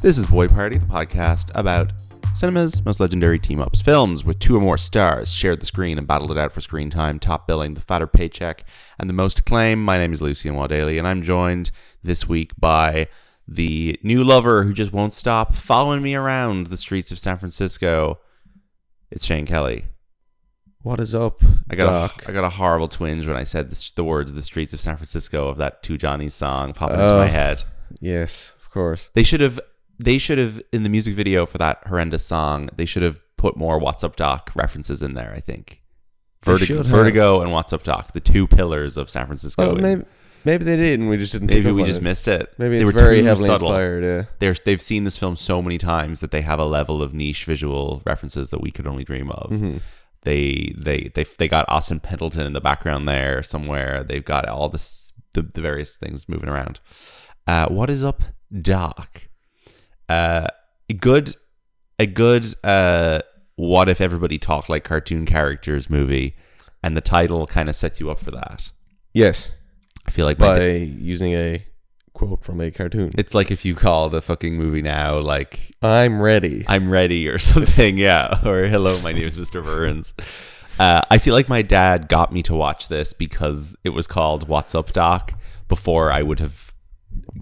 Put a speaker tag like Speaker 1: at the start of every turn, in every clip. Speaker 1: This is Boy Party, the podcast about cinema's most legendary team ups. Films with two or more stars shared the screen and battled it out for screen time, top billing, the fatter paycheck, and the most acclaim. My name is Lucian Wadaly, and I'm joined this week by the new lover who just won't stop following me around the streets of San Francisco. It's Shane Kelly.
Speaker 2: What is up?
Speaker 1: I got a, I got a horrible twinge when I said the, the words "the streets of San Francisco" of that Two Johnnies song popping into
Speaker 2: Oh.
Speaker 1: my head.
Speaker 2: yes, of course.
Speaker 1: They should have. They should have in the music video for that horrendous song. They should have put more What's Up Doc references in there. I think.
Speaker 2: They
Speaker 1: Vertigo,
Speaker 2: should have.
Speaker 1: Vertigo and What's Up Doc, the two pillars of San Francisco.
Speaker 2: Well,
Speaker 1: And
Speaker 2: maybe maybe they did, and we just didn't. pick
Speaker 1: maybe
Speaker 2: up
Speaker 1: we
Speaker 2: on
Speaker 1: just
Speaker 2: it.
Speaker 1: missed it.
Speaker 2: Maybe
Speaker 1: they
Speaker 2: it's
Speaker 1: were
Speaker 2: very
Speaker 1: too
Speaker 2: heavily
Speaker 1: subtle.
Speaker 2: inspired. Yeah.
Speaker 1: They're, they've seen this film so many times that they have a level of niche visual references that we could only dream of. They, they they they got Austin Pendleton in the background there somewhere. They've got all this the, the various things moving around. Uh, what is up, Doc? Uh, a good a good uh, what if everybody talked like cartoon characters movie, and the title kind of sets you up for that.
Speaker 2: Yes,
Speaker 1: I feel like my
Speaker 2: by using a quote from a cartoon.
Speaker 1: It's like if you call the fucking movie now, like
Speaker 2: I'm ready.
Speaker 1: I'm ready or something. Yeah. Or hello, my name is Mr. Burns. Uh, I feel like my dad got me to watch this because it was called What's Up Doc before I would have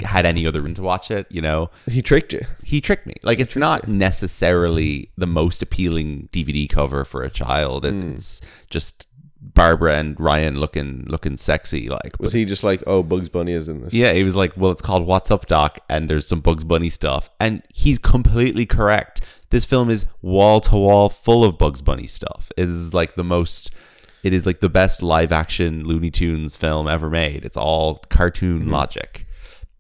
Speaker 1: had any other room to watch it, you know?
Speaker 2: he tricked you.
Speaker 1: he tricked me. Like it's not necessarily the most appealing DVD cover for a child. It- It's just Barbara and Ryan looking looking sexy. Like
Speaker 2: Was he just like, oh, Bugs Bunny is in this?
Speaker 1: yeah, he was like, "Well, it's called What's Up, Doc," and there's some Bugs Bunny stuff, and he's completely correct. This film is wall to wall full of Bugs Bunny stuff. It is like the most. It is like the best live action Looney Tunes film ever made. It's all cartoon logic,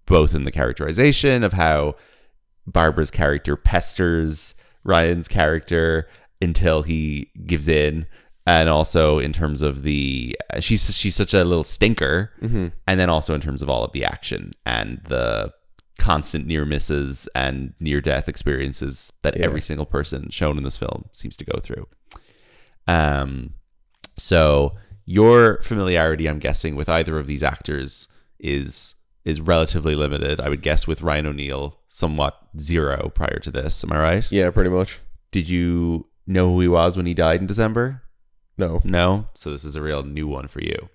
Speaker 1: both in the characterization of how Barbara's character pesters Ryan's character until he gives in, and also in terms of the uh, she's she's such a little stinker,
Speaker 2: Mm-hmm.
Speaker 1: and then also in terms of all of the action and the constant near misses and near death experiences that every single person shown in this film seems to go through. Um, so your familiarity, I'm guessing, with either of these actors is is relatively limited. I would guess with Ryan O'Neal, somewhat zero prior to this. Am I right?
Speaker 2: Yeah, pretty much.
Speaker 1: Did you know who he was when he died in December?
Speaker 2: No.
Speaker 1: No. So this is a real new one for you.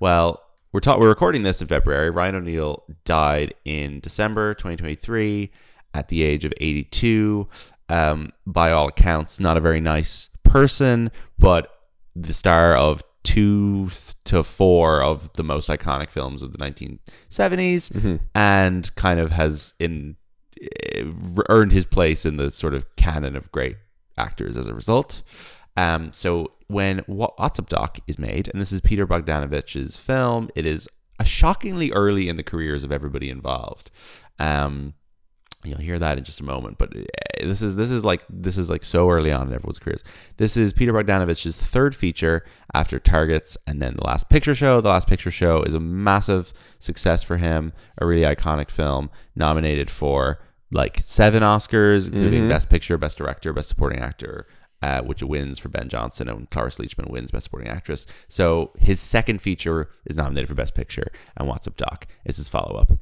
Speaker 1: Well, we're ta- we're recording this in February. Ryan O'Neal died in December 2023 at the age of 82. Um, by all accounts, not a very nice person, but the star of two to four of the most iconic films of the 1970s,
Speaker 2: Mm-hmm.
Speaker 1: and kind of has in eh, earned his place in the sort of canon of great actors as a result. Um, so when Wha- What's Up Doc is made, and this is Peter Bogdanovich's film, it is a shockingly early in the careers of everybody involved. Um, you'll hear that in just a moment, but eh, this is this is like this is like so early on in everyone's careers. This is Peter Bogdanovich's third feature after Targets and then The Last Picture Show. The Last Picture Show is a massive success for him, a really iconic film, nominated for like seven Oscars, including Best Picture, Best Director, Best Supporting Actor, uh, which wins for Ben Johnson, and Cloris Leachman wins Best Supporting Actress. So his second feature is nominated for Best Picture, and What's Up Doc is his follow up.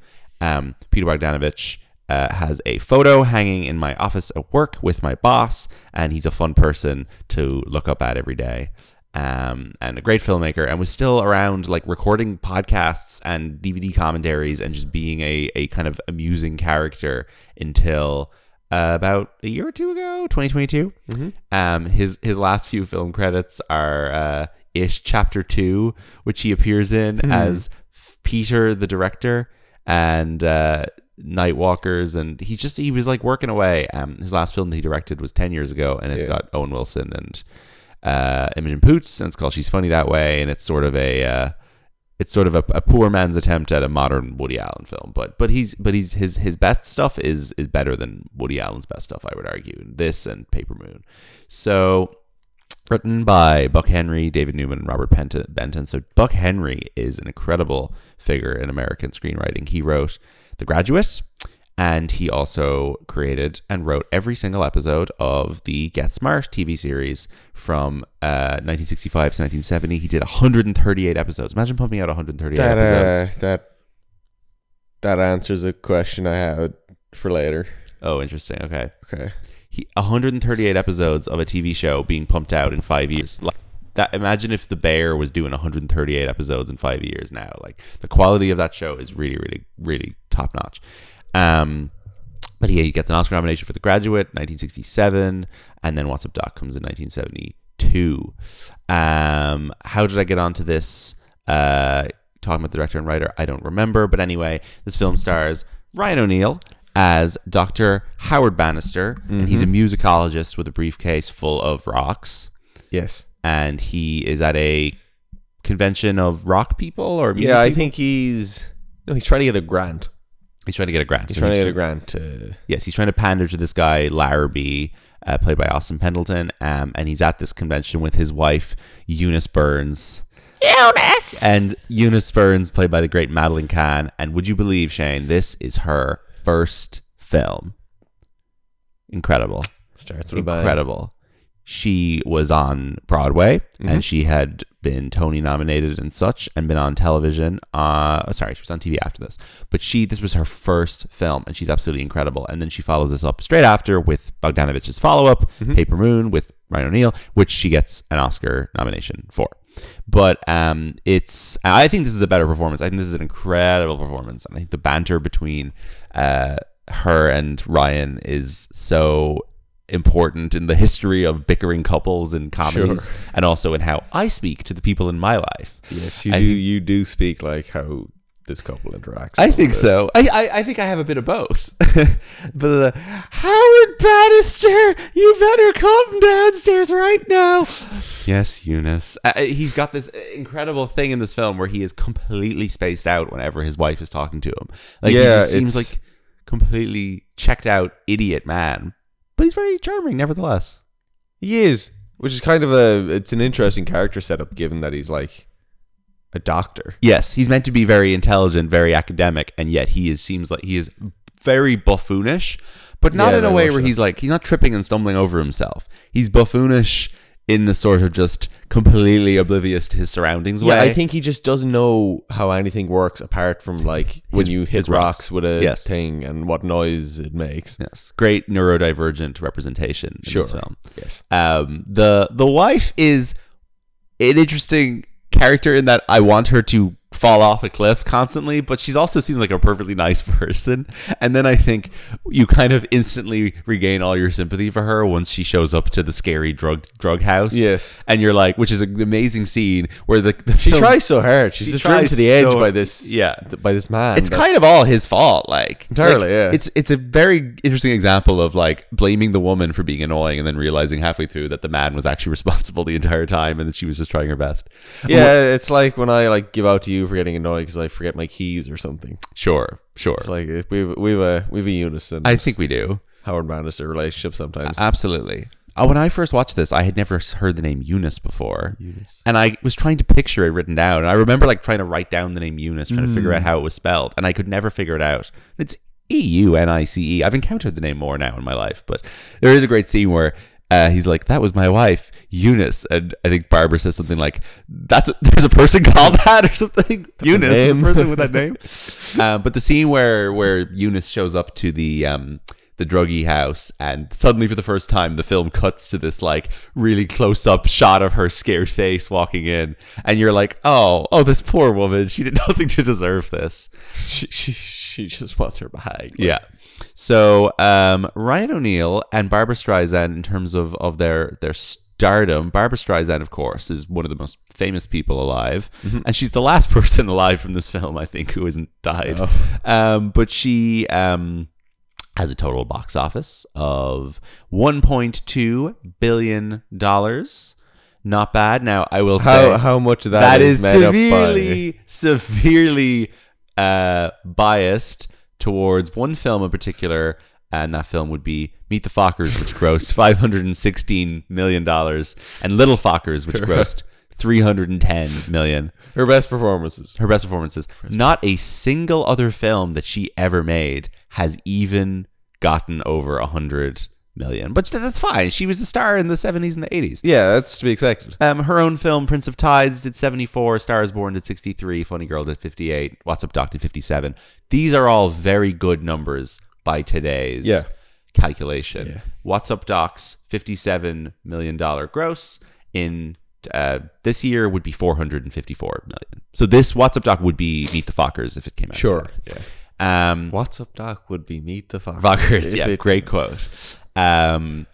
Speaker 1: Um, Peter Bogdanovich uh, has a photo hanging in my office at work with my boss, and he's a fun person to look up at every day. Um, and a great filmmaker, and was still around like recording podcasts and DVD commentaries, and just being a, a kind of amusing character until uh, about a year or two ago, 2022. Um, his his last few film credits are uh, Ish Chapter Two, which he appears in as F- Peter, the director, and uh, Nightwalkers, and he just he was like working away. Um, his last film that he directed was ten years ago, and it's
Speaker 2: Yeah.
Speaker 1: got Owen Wilson and uh, Imogen Poots, and it's called She's Funny That Way, and it's sort of a uh, it's sort of a, a poor man's attempt at a modern Woody Allen film, but but he's but he's his his best stuff is is better than Woody Allen's best stuff, I would argue. This and Paper Moon. So written by Buck Henry, David Newman, and Robert Pent- Benton. So Buck Henry is an incredible figure in American screenwriting. He wrote The Graduate And he also created and wrote every single episode of the Get Smart TV series from uh, 1965 to 1970. He did 138 episodes. Imagine pumping out 138
Speaker 2: That
Speaker 1: episodes.
Speaker 2: uh, that that answers a question I had for later.
Speaker 1: Oh, interesting. Okay.
Speaker 2: Okay.
Speaker 1: He, 138 episodes of a TV show being pumped out in five years. Like that. Imagine if The Bear was doing 138 episodes in five years now. Like the quality of that show is really, really, really top notch. Um, but he, he gets an Oscar nomination for The Graduate, 1967, and then What's Up Doc comes in 1972. Um, how did I get onto this? Uh, talking about the director and writer, I don't remember. But anyway, this film stars Ryan O'Neal as Dr. Howard Bannister, and he's a
Speaker 2: Mm-hmm.
Speaker 1: musicologist with a briefcase full of rocks,
Speaker 2: Yes.
Speaker 1: and he is at a convention of rock people or music
Speaker 2: Yeah, I
Speaker 1: people?
Speaker 2: think he's no. He's trying to get a grant.
Speaker 1: he's trying to get a grant.
Speaker 2: He's
Speaker 1: So
Speaker 2: trying to get a grant to
Speaker 1: yes, he's trying to pander to this guy Larrabee, uh, played by Austin Pendleton, um, and he's at this convention with his wife Eunice Burns. Eunice and Eunice Burns, played by the great Madeline Kahn. And would you believe, Shane, this is her first film. Incredible
Speaker 2: starts with a bang.
Speaker 1: incredible. She was on Broadway and she had been Tony nominated and such and been on television. Uh, sorry, she was on TV after this. But she this was her first film and she's absolutely incredible. And then she follows this up straight after with Bogdanovich's follow up, Paper Moon with Ryan O'Neal, which she gets an Oscar nomination for. But um, it's I think this is a better performance. I think this is an incredible performance. And I think the banter between uh, her and Ryan is so important in the history of bickering couples and comedies
Speaker 2: Sure.
Speaker 1: and also in how I speak to the people in my life.
Speaker 2: Yes, you
Speaker 1: I
Speaker 2: do.
Speaker 1: think-
Speaker 2: you do speak like how this couple interacts.
Speaker 1: I think so. I, I, I think I have a bit of both. but uh, Howard Bannister, you better come downstairs right now. Yes, Eunice. Uh, he's got this incredible thing in this film where he is completely spaced out whenever his wife is talking to him. Like he
Speaker 2: Yeah,
Speaker 1: just seems
Speaker 2: it's-
Speaker 1: like completely checked out idiot man. But he's very charming nevertheless.
Speaker 2: He is, which is kind of a. It's an interesting character setup, given that he's like a doctor.
Speaker 1: Yes, he's meant to be very intelligent, very academic, and yet he is seems like he is very buffoonish, but not
Speaker 2: Yeah,
Speaker 1: in a
Speaker 2: very
Speaker 1: way
Speaker 2: much
Speaker 1: where
Speaker 2: so.
Speaker 1: he's like he's not tripping and stumbling over himself. He's buffoonish in the sort of just completely oblivious to his surroundings way.
Speaker 2: Yeah, I think he just doesn't know how anything works apart from like when
Speaker 1: His-
Speaker 2: you
Speaker 1: his
Speaker 2: hit
Speaker 1: rocks.
Speaker 2: rocks. with a
Speaker 1: Yes.
Speaker 2: thing and what noise it makes.
Speaker 1: yes, great neurodivergent representation in
Speaker 2: Sure.
Speaker 1: this film.
Speaker 2: Yes.
Speaker 1: Um, the the wife is an interesting character in that I want her to fall off a cliff constantly, but she's also seems like a perfectly nice person. And then I think you kind of instantly regain all your sympathy for her once she shows up to the scary drug drug house.
Speaker 2: Yes.
Speaker 1: and you're like, which is an amazing scene where the, the
Speaker 2: She tries so hard. She's
Speaker 1: She
Speaker 2: just driven
Speaker 1: tries
Speaker 2: to the edge
Speaker 1: so-
Speaker 2: by this.
Speaker 1: yeah.
Speaker 2: th- by this man.
Speaker 1: it's kind of all his fault, like
Speaker 2: Entirely,
Speaker 1: like,
Speaker 2: yeah.
Speaker 1: It's it's a very interesting example of like blaming the woman for being annoying and then realizing halfway through that the man was actually responsible the entire time and that she was just trying her best.
Speaker 2: yeah. It's like when I like give out to you for getting annoyed because I forget my keys or something.
Speaker 1: Sure, sure.
Speaker 2: It's like if we've we've a we've a unison.
Speaker 1: I think we do.
Speaker 2: Howard Bannister relationship sometimes.
Speaker 1: Absolutely. Uh, when I first watched this, I had never s- heard the name Eunice before. And I was trying to picture it written down. And I remember like trying to write down the name Eunice, trying to figure out how it was spelled. And I could never figure it out. And it's E U N I C E. I've encountered the name more now in my life. But there is a great scene where. Uh, he's like, that was my wife, Eunice, and I think Barbara says something like, "That's a, there's a person called that or something." Eunice, is a
Speaker 2: name.
Speaker 1: person with that name. Uh, but the scene where where Eunice shows up to the um the druggy house and suddenly for the first time the film cuts to this like really close up shot of her scared face walking in and you're like oh oh this poor woman she did nothing to deserve this
Speaker 2: she, she she just wants her bag.
Speaker 1: yeah so um Ryan O'Neal and Barbara Streisand in terms of of their their stardom Barbara Streisand of course is one of the most famous people alive
Speaker 2: Mm-hmm.
Speaker 1: and she's the last person alive from this film I think who hasn't died
Speaker 2: Oh.
Speaker 1: um but she um has a total box office of 1.2 billion dollars. Not bad. Now I will say
Speaker 2: How how much of that,
Speaker 1: that is
Speaker 2: made up by-
Speaker 1: severely, severely uh, biased towards one film in particular, and that film would be Meet the Fockers, which grossed five hundred and sixteen million dollars, and Little Fockers, which grossed 310 million.
Speaker 2: Her best performances.
Speaker 1: Her best performances. Not a single other film that she ever made has even gotten over 100 million. But that's fine. She was a star in the 70s and the 80s.
Speaker 2: Yeah, that's to be expected.
Speaker 1: Um, her own film, Prince of Tides, did 74. Stars Born did 63. Funny Girl did 58. What's Up Doc did 57. These are all very good numbers by today's
Speaker 2: Yeah.
Speaker 1: calculation.
Speaker 2: Yeah.
Speaker 1: What's Up Doc's $57 million gross in uh, this year would be 454 million. So this What's Up Doc would be Meet the Fockers if it came out.
Speaker 2: Sure.
Speaker 1: today. Um,
Speaker 2: What's up, Doc? Would be meet the fuckers.
Speaker 1: Rockers,
Speaker 2: If
Speaker 1: yeah,
Speaker 2: it-
Speaker 1: great quote. Um,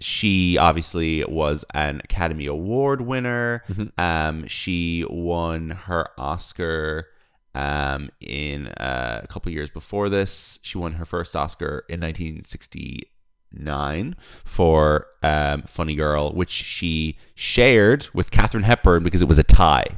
Speaker 1: she obviously was an Academy Award winner.
Speaker 2: Mm-hmm.
Speaker 1: Um, she won her Oscar um, in uh, a couple years before this. She won her first Oscar in 1969 for um, Funny Girl, which she shared with Katherine Hepburn because it was a tie.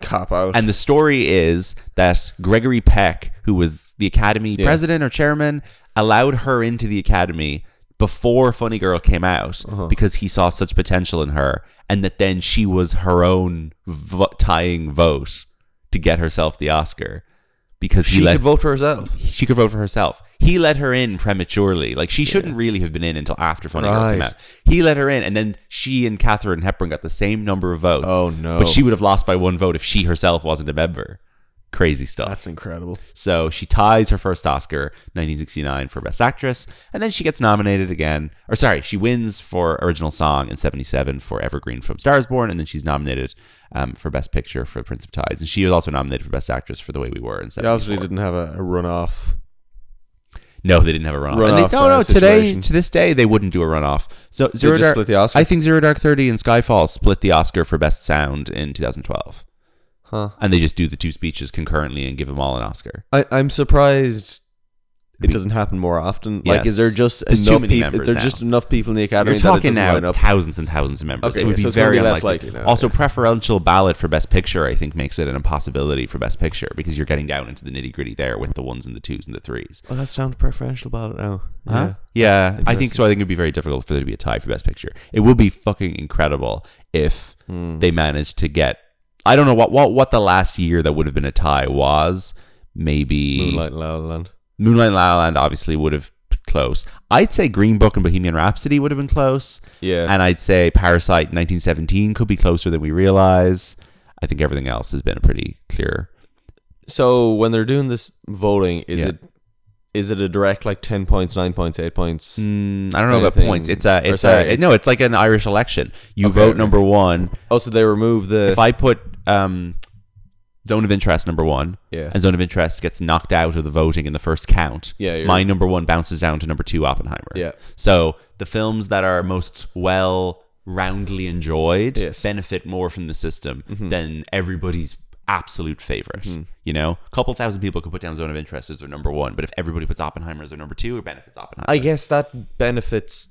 Speaker 2: Cop out.
Speaker 1: And the story is that Gregory Peck, who was the Academy president or chairman, allowed her into the Academy before Funny Girl came out because he saw such potential in her, and that then she was her own vo- tying vote to get herself the Oscar because he
Speaker 2: she
Speaker 1: let
Speaker 2: could vote for herself.
Speaker 1: she could vote for herself. He let her in prematurely. Like she shouldn't really have been in until after Funny Girl came
Speaker 2: Right.
Speaker 1: out. He let her in, and then she and Catherine Hepburn got the same number of votes.
Speaker 2: Oh, no.
Speaker 1: But she would have lost by one vote if she herself wasn't a member. Crazy stuff.
Speaker 2: That's incredible.
Speaker 1: so she ties her first Oscar, 1969, for Best Actress, and then she gets nominated again. Or sorry, she wins for Original Song in 77 for Evergreen from Stars Born, and then she's nominated um, for Best Picture for Prince of Tides, and she was also nominated for Best Actress for The Way We Were in
Speaker 2: They
Speaker 1: 74.
Speaker 2: obviously didn't have a, a runoff.
Speaker 1: No, they didn't have a runoff.
Speaker 2: Runoff,
Speaker 1: and they, no,
Speaker 2: uh,
Speaker 1: no. Today,
Speaker 2: situation.
Speaker 1: to this day, they wouldn't do a runoff. So Zero
Speaker 2: just
Speaker 1: Dark,
Speaker 2: split the Oscar?
Speaker 1: I think Zero Dark Thirty and Skyfall split the Oscar for Best Sound in 2012,
Speaker 2: Huh.
Speaker 1: and they just do the two speeches concurrently and give them all an Oscar.
Speaker 2: I, I'm surprised
Speaker 1: We-
Speaker 2: it doesn't happen more often. Like,
Speaker 1: Yes.
Speaker 2: is there just
Speaker 1: There's too
Speaker 2: enough
Speaker 1: many
Speaker 2: people?
Speaker 1: members
Speaker 2: Is there
Speaker 1: now.
Speaker 2: just enough people in the academy
Speaker 1: You're
Speaker 2: that it
Speaker 1: talking
Speaker 2: doesn't
Speaker 1: now
Speaker 2: line up?
Speaker 1: thousands and thousands of members.
Speaker 2: Okay,
Speaker 1: it would be
Speaker 2: so it's gonna
Speaker 1: very
Speaker 2: be less
Speaker 1: unlikely.
Speaker 2: likely now,
Speaker 1: also, preferential ballot for Best Picture, I think, makes it an impossibility for Best Picture because you're getting down into the nitty gritty there with the ones and the twos and the threes.
Speaker 2: Oh, that's down to preferential ballot now.
Speaker 1: Huh? Yeah, I think so. I think it'd be very difficult for there to be a tie for Best Picture. It would be fucking incredible if
Speaker 2: Hmm.
Speaker 1: they managed to get. I don't know what what what the last year that would have been a tie was. Maybe Moonlight,
Speaker 2: Moonlight and La La Land.
Speaker 1: and La La Land obviously would have been close. I'd say Green Book and Bohemian Rhapsody would have been close,
Speaker 2: Yeah.
Speaker 1: and I'd say Parasite 1917 could be closer than we realize. I think everything else has been pretty clear.
Speaker 2: so when they're doing this voting, is
Speaker 1: Yeah.
Speaker 2: it is it a direct like ten points, nine points, eight points?
Speaker 1: Mm, I don't know about
Speaker 2: Anything-
Speaker 1: points. It's a
Speaker 2: or
Speaker 1: it's
Speaker 2: sorry,
Speaker 1: a
Speaker 2: it's-
Speaker 1: no. It's like an Irish election. You
Speaker 2: Okay,
Speaker 1: vote
Speaker 2: okay.
Speaker 1: number one.
Speaker 2: Oh, so they remove the
Speaker 1: if I put um, zone of interest number one,
Speaker 2: Yeah.
Speaker 1: and zone of interest gets knocked out of the voting in the first count,
Speaker 2: Yeah, you're-
Speaker 1: my number one bounces down to number two, Oppenheimer.
Speaker 2: Yeah.
Speaker 1: So the films that are most well roundly enjoyed
Speaker 2: Yes. Mm-hmm.
Speaker 1: benefit more from the system than everybody's absolute favorite. You know, a couple thousand people could put down zone of interest as their number one, but if everybody puts Oppenheimer as their number two, it benefits Oppenheimer.
Speaker 2: I guess that benefits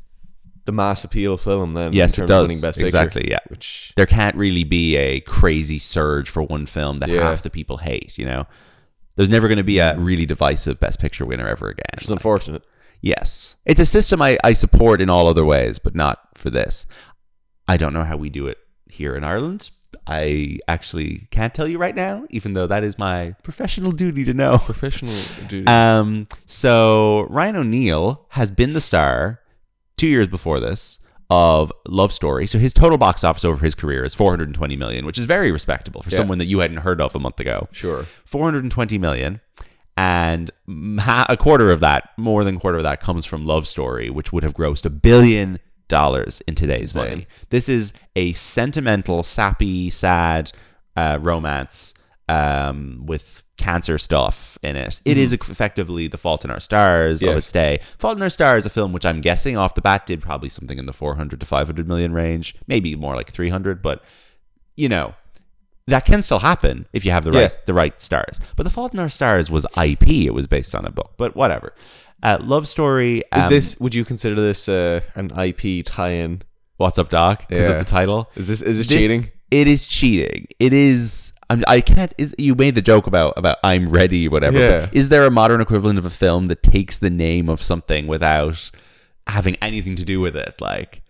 Speaker 2: the mass appeal film then.
Speaker 1: Yes,
Speaker 2: in
Speaker 1: it
Speaker 2: terms
Speaker 1: does.
Speaker 2: Of winning Best Picture,
Speaker 1: Exactly, yeah.
Speaker 2: Which
Speaker 1: there can't really be a crazy surge for one film that
Speaker 2: Yeah.
Speaker 1: half the people hate, you know? There's never going to be a really divisive Best Picture winner ever
Speaker 2: is
Speaker 1: again.
Speaker 2: unfortunate.
Speaker 1: Yes. It's a system I, I support in all other ways, but not for this. I don't know how we do it here in Ireland. I actually can't tell you right now, even though that is my professional duty to know.
Speaker 2: Professional duty.
Speaker 1: Um, so Ryan O'Neal has been the star two years before this of Love Story. So his total box office over his career is 420 million, which is very respectable for
Speaker 2: Yeah.
Speaker 1: someone that you hadn't heard of a month ago.
Speaker 2: sure.
Speaker 1: 420 million, and m- ha- a quarter of that, more than quarter of that, comes from Love Story, which would have grossed a billion dollars in today's
Speaker 2: insane.
Speaker 1: money. This is a sentimental, sappy, sad uh, romance um, with cancer stuff in it. It is effectively The Fault in Our Stars of
Speaker 2: Mm-hmm. Yes.
Speaker 1: its day. Fault in Our Stars, a film which I'm guessing off the bat did probably something in the 400 to 500 million range, maybe more like 300, but you know that can still happen if you have the right
Speaker 2: Yeah.
Speaker 1: the right stars. But The Fault in Our Stars was IP; it was based on a book. But whatever. Uh, love story. Um,
Speaker 2: Is this? Would you consider this uh, an IP tie-in?
Speaker 1: what's up, Doc? Because
Speaker 2: Yeah.
Speaker 1: of the title.
Speaker 2: Is this is this,
Speaker 1: This-
Speaker 2: cheating?
Speaker 1: It is cheating. It is. I'm, I can't. Is you made the joke about about I'm ready, whatever. but
Speaker 2: Yeah.
Speaker 1: Is there a modern equivalent of a film that takes the name of something without having anything to do with it? Like,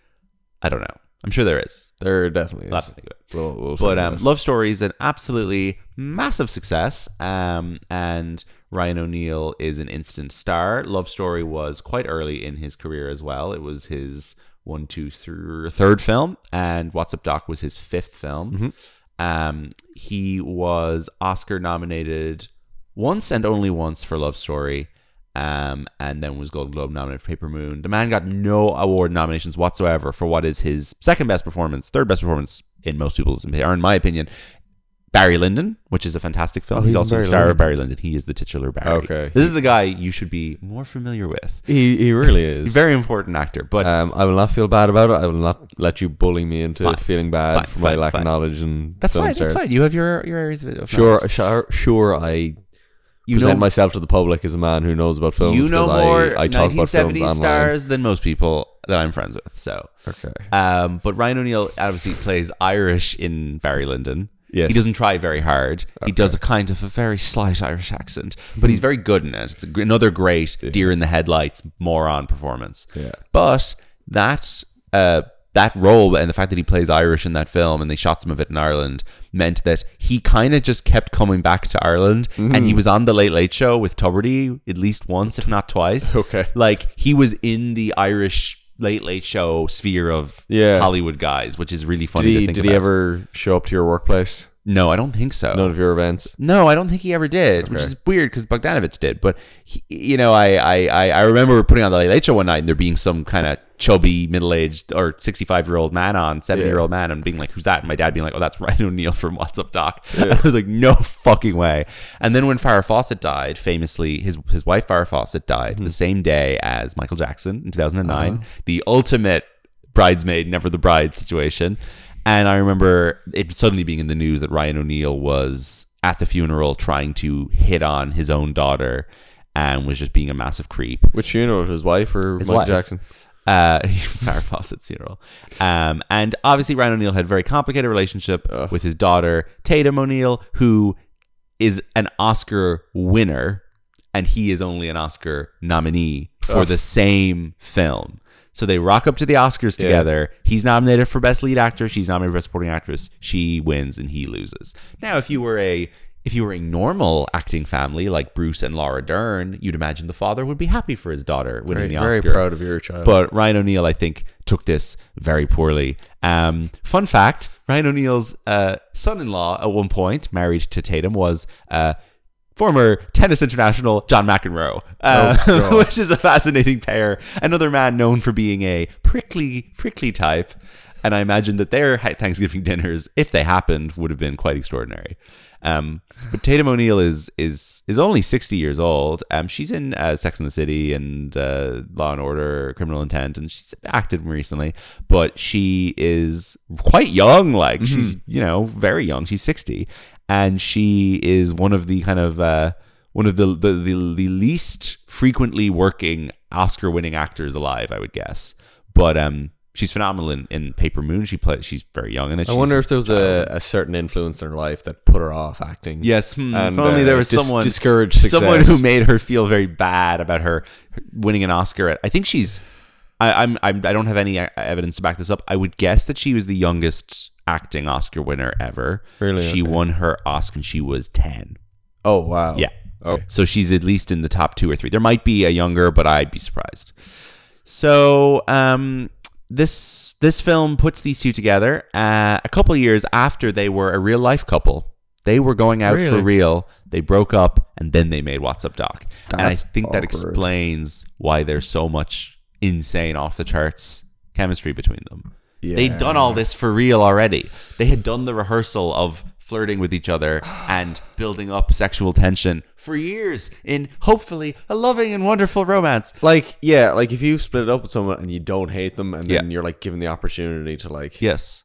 Speaker 1: I don't know. I'm sure there is.
Speaker 2: There definitely
Speaker 1: I'll have to
Speaker 2: is.
Speaker 1: think of it.
Speaker 2: We'll,
Speaker 1: But
Speaker 2: we'll figure
Speaker 1: um,
Speaker 2: it out.
Speaker 1: Love Story is an absolutely massive success. Um, and Ryan O'Neal is an instant star. Love Story was quite early in his career as well. It was his one, two, thr- third film, and What's Up Doc was his fifth film. Um, he was Oscar nominated once and only once for Love Story, um, and then was Golden Globe nominated for Paper Moon. The man got no award nominations whatsoever for what is his second best performance, third best performance in most people's, or in my opinion, Barry Lyndon, which is a fantastic film.
Speaker 2: Oh,
Speaker 1: he's,
Speaker 2: he's in
Speaker 1: also the
Speaker 2: Barry
Speaker 1: star
Speaker 2: Lyndon.
Speaker 1: of Barry Lyndon. He is the titular Barry.
Speaker 2: Okay.
Speaker 1: this is the guy you should be more familiar with.
Speaker 2: he he really is.
Speaker 1: Very important actor, but
Speaker 2: Um, I will not feel bad about it. I will not let you bully me into
Speaker 1: Fine.
Speaker 2: feeling bad
Speaker 1: Fine,
Speaker 2: for
Speaker 1: fine,
Speaker 2: my lack
Speaker 1: fine.
Speaker 2: of knowledge and
Speaker 1: that's
Speaker 2: film
Speaker 1: fine. That's
Speaker 2: stars.
Speaker 1: fine. You have your your areas of of
Speaker 2: Sure,
Speaker 1: knowledge.
Speaker 2: sure, sure. I
Speaker 1: You
Speaker 2: present
Speaker 1: know
Speaker 2: myself to the public as a man who knows about films.
Speaker 1: you know
Speaker 2: because
Speaker 1: more
Speaker 2: I, I talk about films
Speaker 1: 1970s
Speaker 2: online.
Speaker 1: stars than most people that I'm friends with. So,
Speaker 2: Okay.
Speaker 1: um, but Ryan O'Neill obviously plays Irish in Barry Lyndon.
Speaker 2: Yes.
Speaker 1: He doesn't try very hard. He does a kind of a very slight Irish accent, but
Speaker 2: Hmm.
Speaker 1: he's very good in it. It's a, gr- another great deer in the headlights moron performance.
Speaker 2: Yeah.
Speaker 1: But that uh, that role and the fact that he plays Irish in that film and they shot some of it in Ireland meant that he kind of just kept coming back to Ireland and
Speaker 2: Hmm.
Speaker 1: he was on the Late Late Show with Tuberty at least once, if not twice.
Speaker 2: Okay.
Speaker 1: Like he was in the Irish Late Late Show sphere of
Speaker 2: Yeah.
Speaker 1: Hollywood guys, which is really
Speaker 2: Did
Speaker 1: funny to
Speaker 2: he
Speaker 1: think
Speaker 2: did
Speaker 1: about.
Speaker 2: he ever show up to your workplace?
Speaker 1: No, I don't think so.
Speaker 2: None of your events.
Speaker 1: No, I don't think he ever did, which
Speaker 2: Okay.
Speaker 1: is weird because Bogdanovich did. But he, you know, I, I I I remember putting on the Late Late Show one night and there being some kind of chubby middle aged or sixty five year old man on seventy year old man and being like, "Who's that?" And my dad being like, "Oh, that's Ryan O'Neal from What's Up Doc." And I was like, "No fucking way!" And then when Farrah Fawcett died, famously, his his wife Farrah Fawcett died the same day as Michael Jackson in two thousand and nine. The ultimate bridesmaid, never the bride situation. And I remember it suddenly being in the news that Ryan O'Neal was at the funeral trying to hit on his own daughter and was just being a massive creep.
Speaker 2: Which funeral? His wife or Michael
Speaker 1: wife.
Speaker 2: Jackson?
Speaker 1: Uh, Farrah Fawcett's funeral. Um, and obviously Ryan O'Neal had a very complicated relationship with his daughter, Tatum O'Neal, who is an Oscar winner and he is only an Oscar nominee for
Speaker 2: Ugh.
Speaker 1: the same film. So they rock up to the Oscars together. He's nominated for Best Lead Actor. She's nominated for Best Supporting Actress. She wins and he loses. Now, if you were a if you were a normal acting family like Bruce and Laura Dern, you'd imagine the father would be happy for his daughter winning
Speaker 2: Very,
Speaker 1: the Oscar.
Speaker 2: very proud of your child.
Speaker 1: But Ryan O'Neal, I think, took this very poorly. Um, fun fact Ryan O'Neal's uh, son in law at one point, married to Tatum, was. Uh, Former tennis international John McEnroe, uh,
Speaker 2: Oh, God.
Speaker 1: which is a fascinating pair. Another man known for being a prickly, prickly type, and I imagine that their ha- Thanksgiving dinners, if they happened, would have been quite extraordinary. Um, but Tatum O'Neal is is is only sixty years old. Um, she's in uh, Sex and the City and uh, Law and Order, Criminal Intent, and she's acted recently. But she is quite young. Like
Speaker 2: Mm-hmm.
Speaker 1: she's you know very young. She's sixty, and she is one of the kind of uh, one of the the, the the least frequently working Oscar winning actors alive, I would guess. But um, she's phenomenal in, in Paper Moon. She plays. She's very young in it.
Speaker 2: I
Speaker 1: She's-
Speaker 2: wonder if there was a, a certain influence in her life that put her off acting.
Speaker 1: Yes, hmm,
Speaker 2: and,
Speaker 1: if only
Speaker 2: uh,
Speaker 1: there was
Speaker 2: dis-
Speaker 1: someone
Speaker 2: discouraged success.
Speaker 1: someone who made her feel very bad about her winning an Oscar. At, I think she's. I, I'm, I'm. I don't have any uh, evidence to back this up. I would guess that she was the youngest acting Oscar winner ever.
Speaker 2: Really?
Speaker 1: she
Speaker 2: Okay.
Speaker 1: won her Oscar when she was ten.
Speaker 2: Oh wow.
Speaker 1: Yeah.
Speaker 2: Oh.
Speaker 1: So she's at least in the top two or three. There might be a younger, but I'd be surprised. So um, this this film puts these two together uh, a couple years after they were a real life couple. They were going out for
Speaker 2: Really?
Speaker 1: real. They broke up and then they made What's Up Doc. and I
Speaker 2: That's
Speaker 1: think that
Speaker 2: awkward.
Speaker 1: explains why there's so much insane off the charts chemistry between them. They'd done all this for real already. They had done the rehearsal of flirting with each other and building up sexual tension for years in hopefully a loving and wonderful romance.
Speaker 2: Like yeah, like if you split up with someone and you don't hate them, and then
Speaker 1: Yeah.
Speaker 2: you're like given the opportunity to like
Speaker 1: Yes.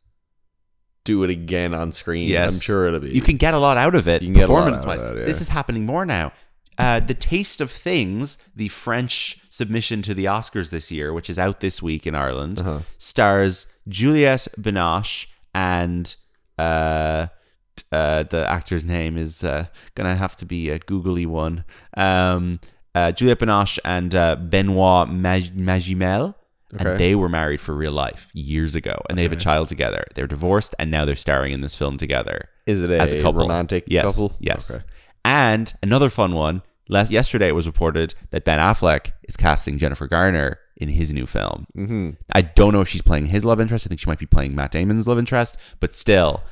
Speaker 2: do it again on screen.
Speaker 1: Yes.
Speaker 2: I'm sure it'll be.
Speaker 1: You can get a lot out of it
Speaker 2: You can get a lot out
Speaker 1: performance
Speaker 2: of
Speaker 1: wise.
Speaker 2: that, yeah.
Speaker 1: This is happening more now. Uh, the Taste of Things, the French submission to the Oscars this year, which is out this week in Ireland,
Speaker 2: Uh-huh.
Speaker 1: stars Juliette Binoche and uh, t- uh, the actor's name is uh, going to have to be a googly one. Um, uh, Juliette Binoche and uh, Benoit Mag- Magimel.
Speaker 2: Okay.
Speaker 1: and they were married for real life years ago, and they have a child together. They're divorced, and now they're starring in this film together
Speaker 2: Is it a,
Speaker 1: as a couple.
Speaker 2: romantic
Speaker 1: yes,
Speaker 2: couple?
Speaker 1: Yes.
Speaker 2: Okay.
Speaker 1: And another fun one. Last yesterday, it was reported that Ben Affleck is casting Jennifer Garner in his new film.
Speaker 2: Mm-hmm.
Speaker 1: I don't know if she's playing his love interest. I think she might be playing Matt Damon's love interest, but still,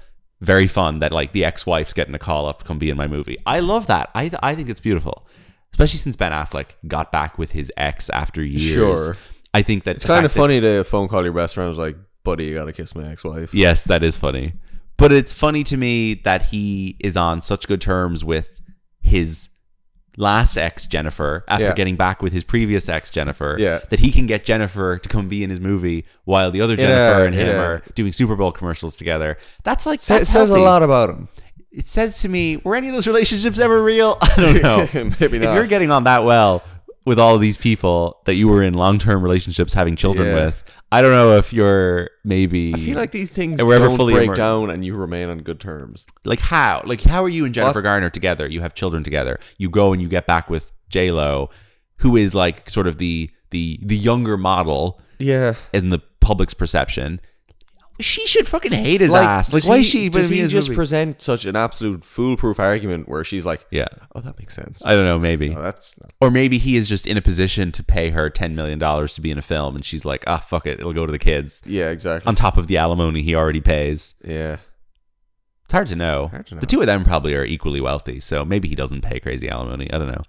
Speaker 1: very fun that like the ex-wife's getting a call up, come be in my movie. I love that. I I think it's beautiful, especially since Ben Affleck got back with his ex after years.
Speaker 2: Sure.
Speaker 1: I think that
Speaker 2: It's kind of funny to phone call your best friend and was like, buddy, you got to kiss my ex wife.
Speaker 1: Yes, that is funny. But it's funny to me that he is on such good terms with his last ex Jennifer after
Speaker 2: Yeah.
Speaker 1: getting back with his previous ex Jennifer.
Speaker 2: Yeah.
Speaker 1: That he can get Jennifer to come be in his movie while the other
Speaker 2: Yeah,
Speaker 1: Jennifer and him
Speaker 2: yeah.
Speaker 1: are doing Super Bowl commercials together. That's like
Speaker 2: Sa-
Speaker 1: that's
Speaker 2: says a
Speaker 1: healthy.
Speaker 2: lot about him.
Speaker 1: It says to me, were any of those relationships ever real? I don't know.
Speaker 2: Maybe
Speaker 1: If
Speaker 2: not.
Speaker 1: you're getting on that well with all of these people that you were in long term relationships having children
Speaker 2: Yeah.
Speaker 1: with, I don't know if you're maybe
Speaker 2: I feel like these things
Speaker 1: And we're ever
Speaker 2: don't
Speaker 1: fully
Speaker 2: break
Speaker 1: immer-
Speaker 2: down and you remain on good terms.
Speaker 1: Like how? Like how are you and Jennifer Garner together? You have children together. You go and you get back with J Lo, who is like sort of the the the younger model
Speaker 2: Yeah.
Speaker 1: in the public's perception. She should fucking hate his ass. Like
Speaker 2: does
Speaker 1: why
Speaker 2: he-
Speaker 1: is she? even
Speaker 2: Does
Speaker 1: in
Speaker 2: he
Speaker 1: his
Speaker 2: just
Speaker 1: movie?
Speaker 2: present such an absolute foolproof argument where she's like,
Speaker 1: yeah,
Speaker 2: oh, that makes sense.
Speaker 1: I don't know. Maybe
Speaker 2: Oh, that's not.
Speaker 1: or maybe he is just in a position to pay her ten million dollars to be in a film, and she's like, ah, fuck it, it'll go to the kids.
Speaker 2: Yeah, exactly.
Speaker 1: On top of the alimony he already pays.
Speaker 2: yeah.
Speaker 1: It's hard to know.
Speaker 2: Hard to know.
Speaker 1: The two of them probably are equally wealthy, so maybe he doesn't pay crazy alimony. I don't know.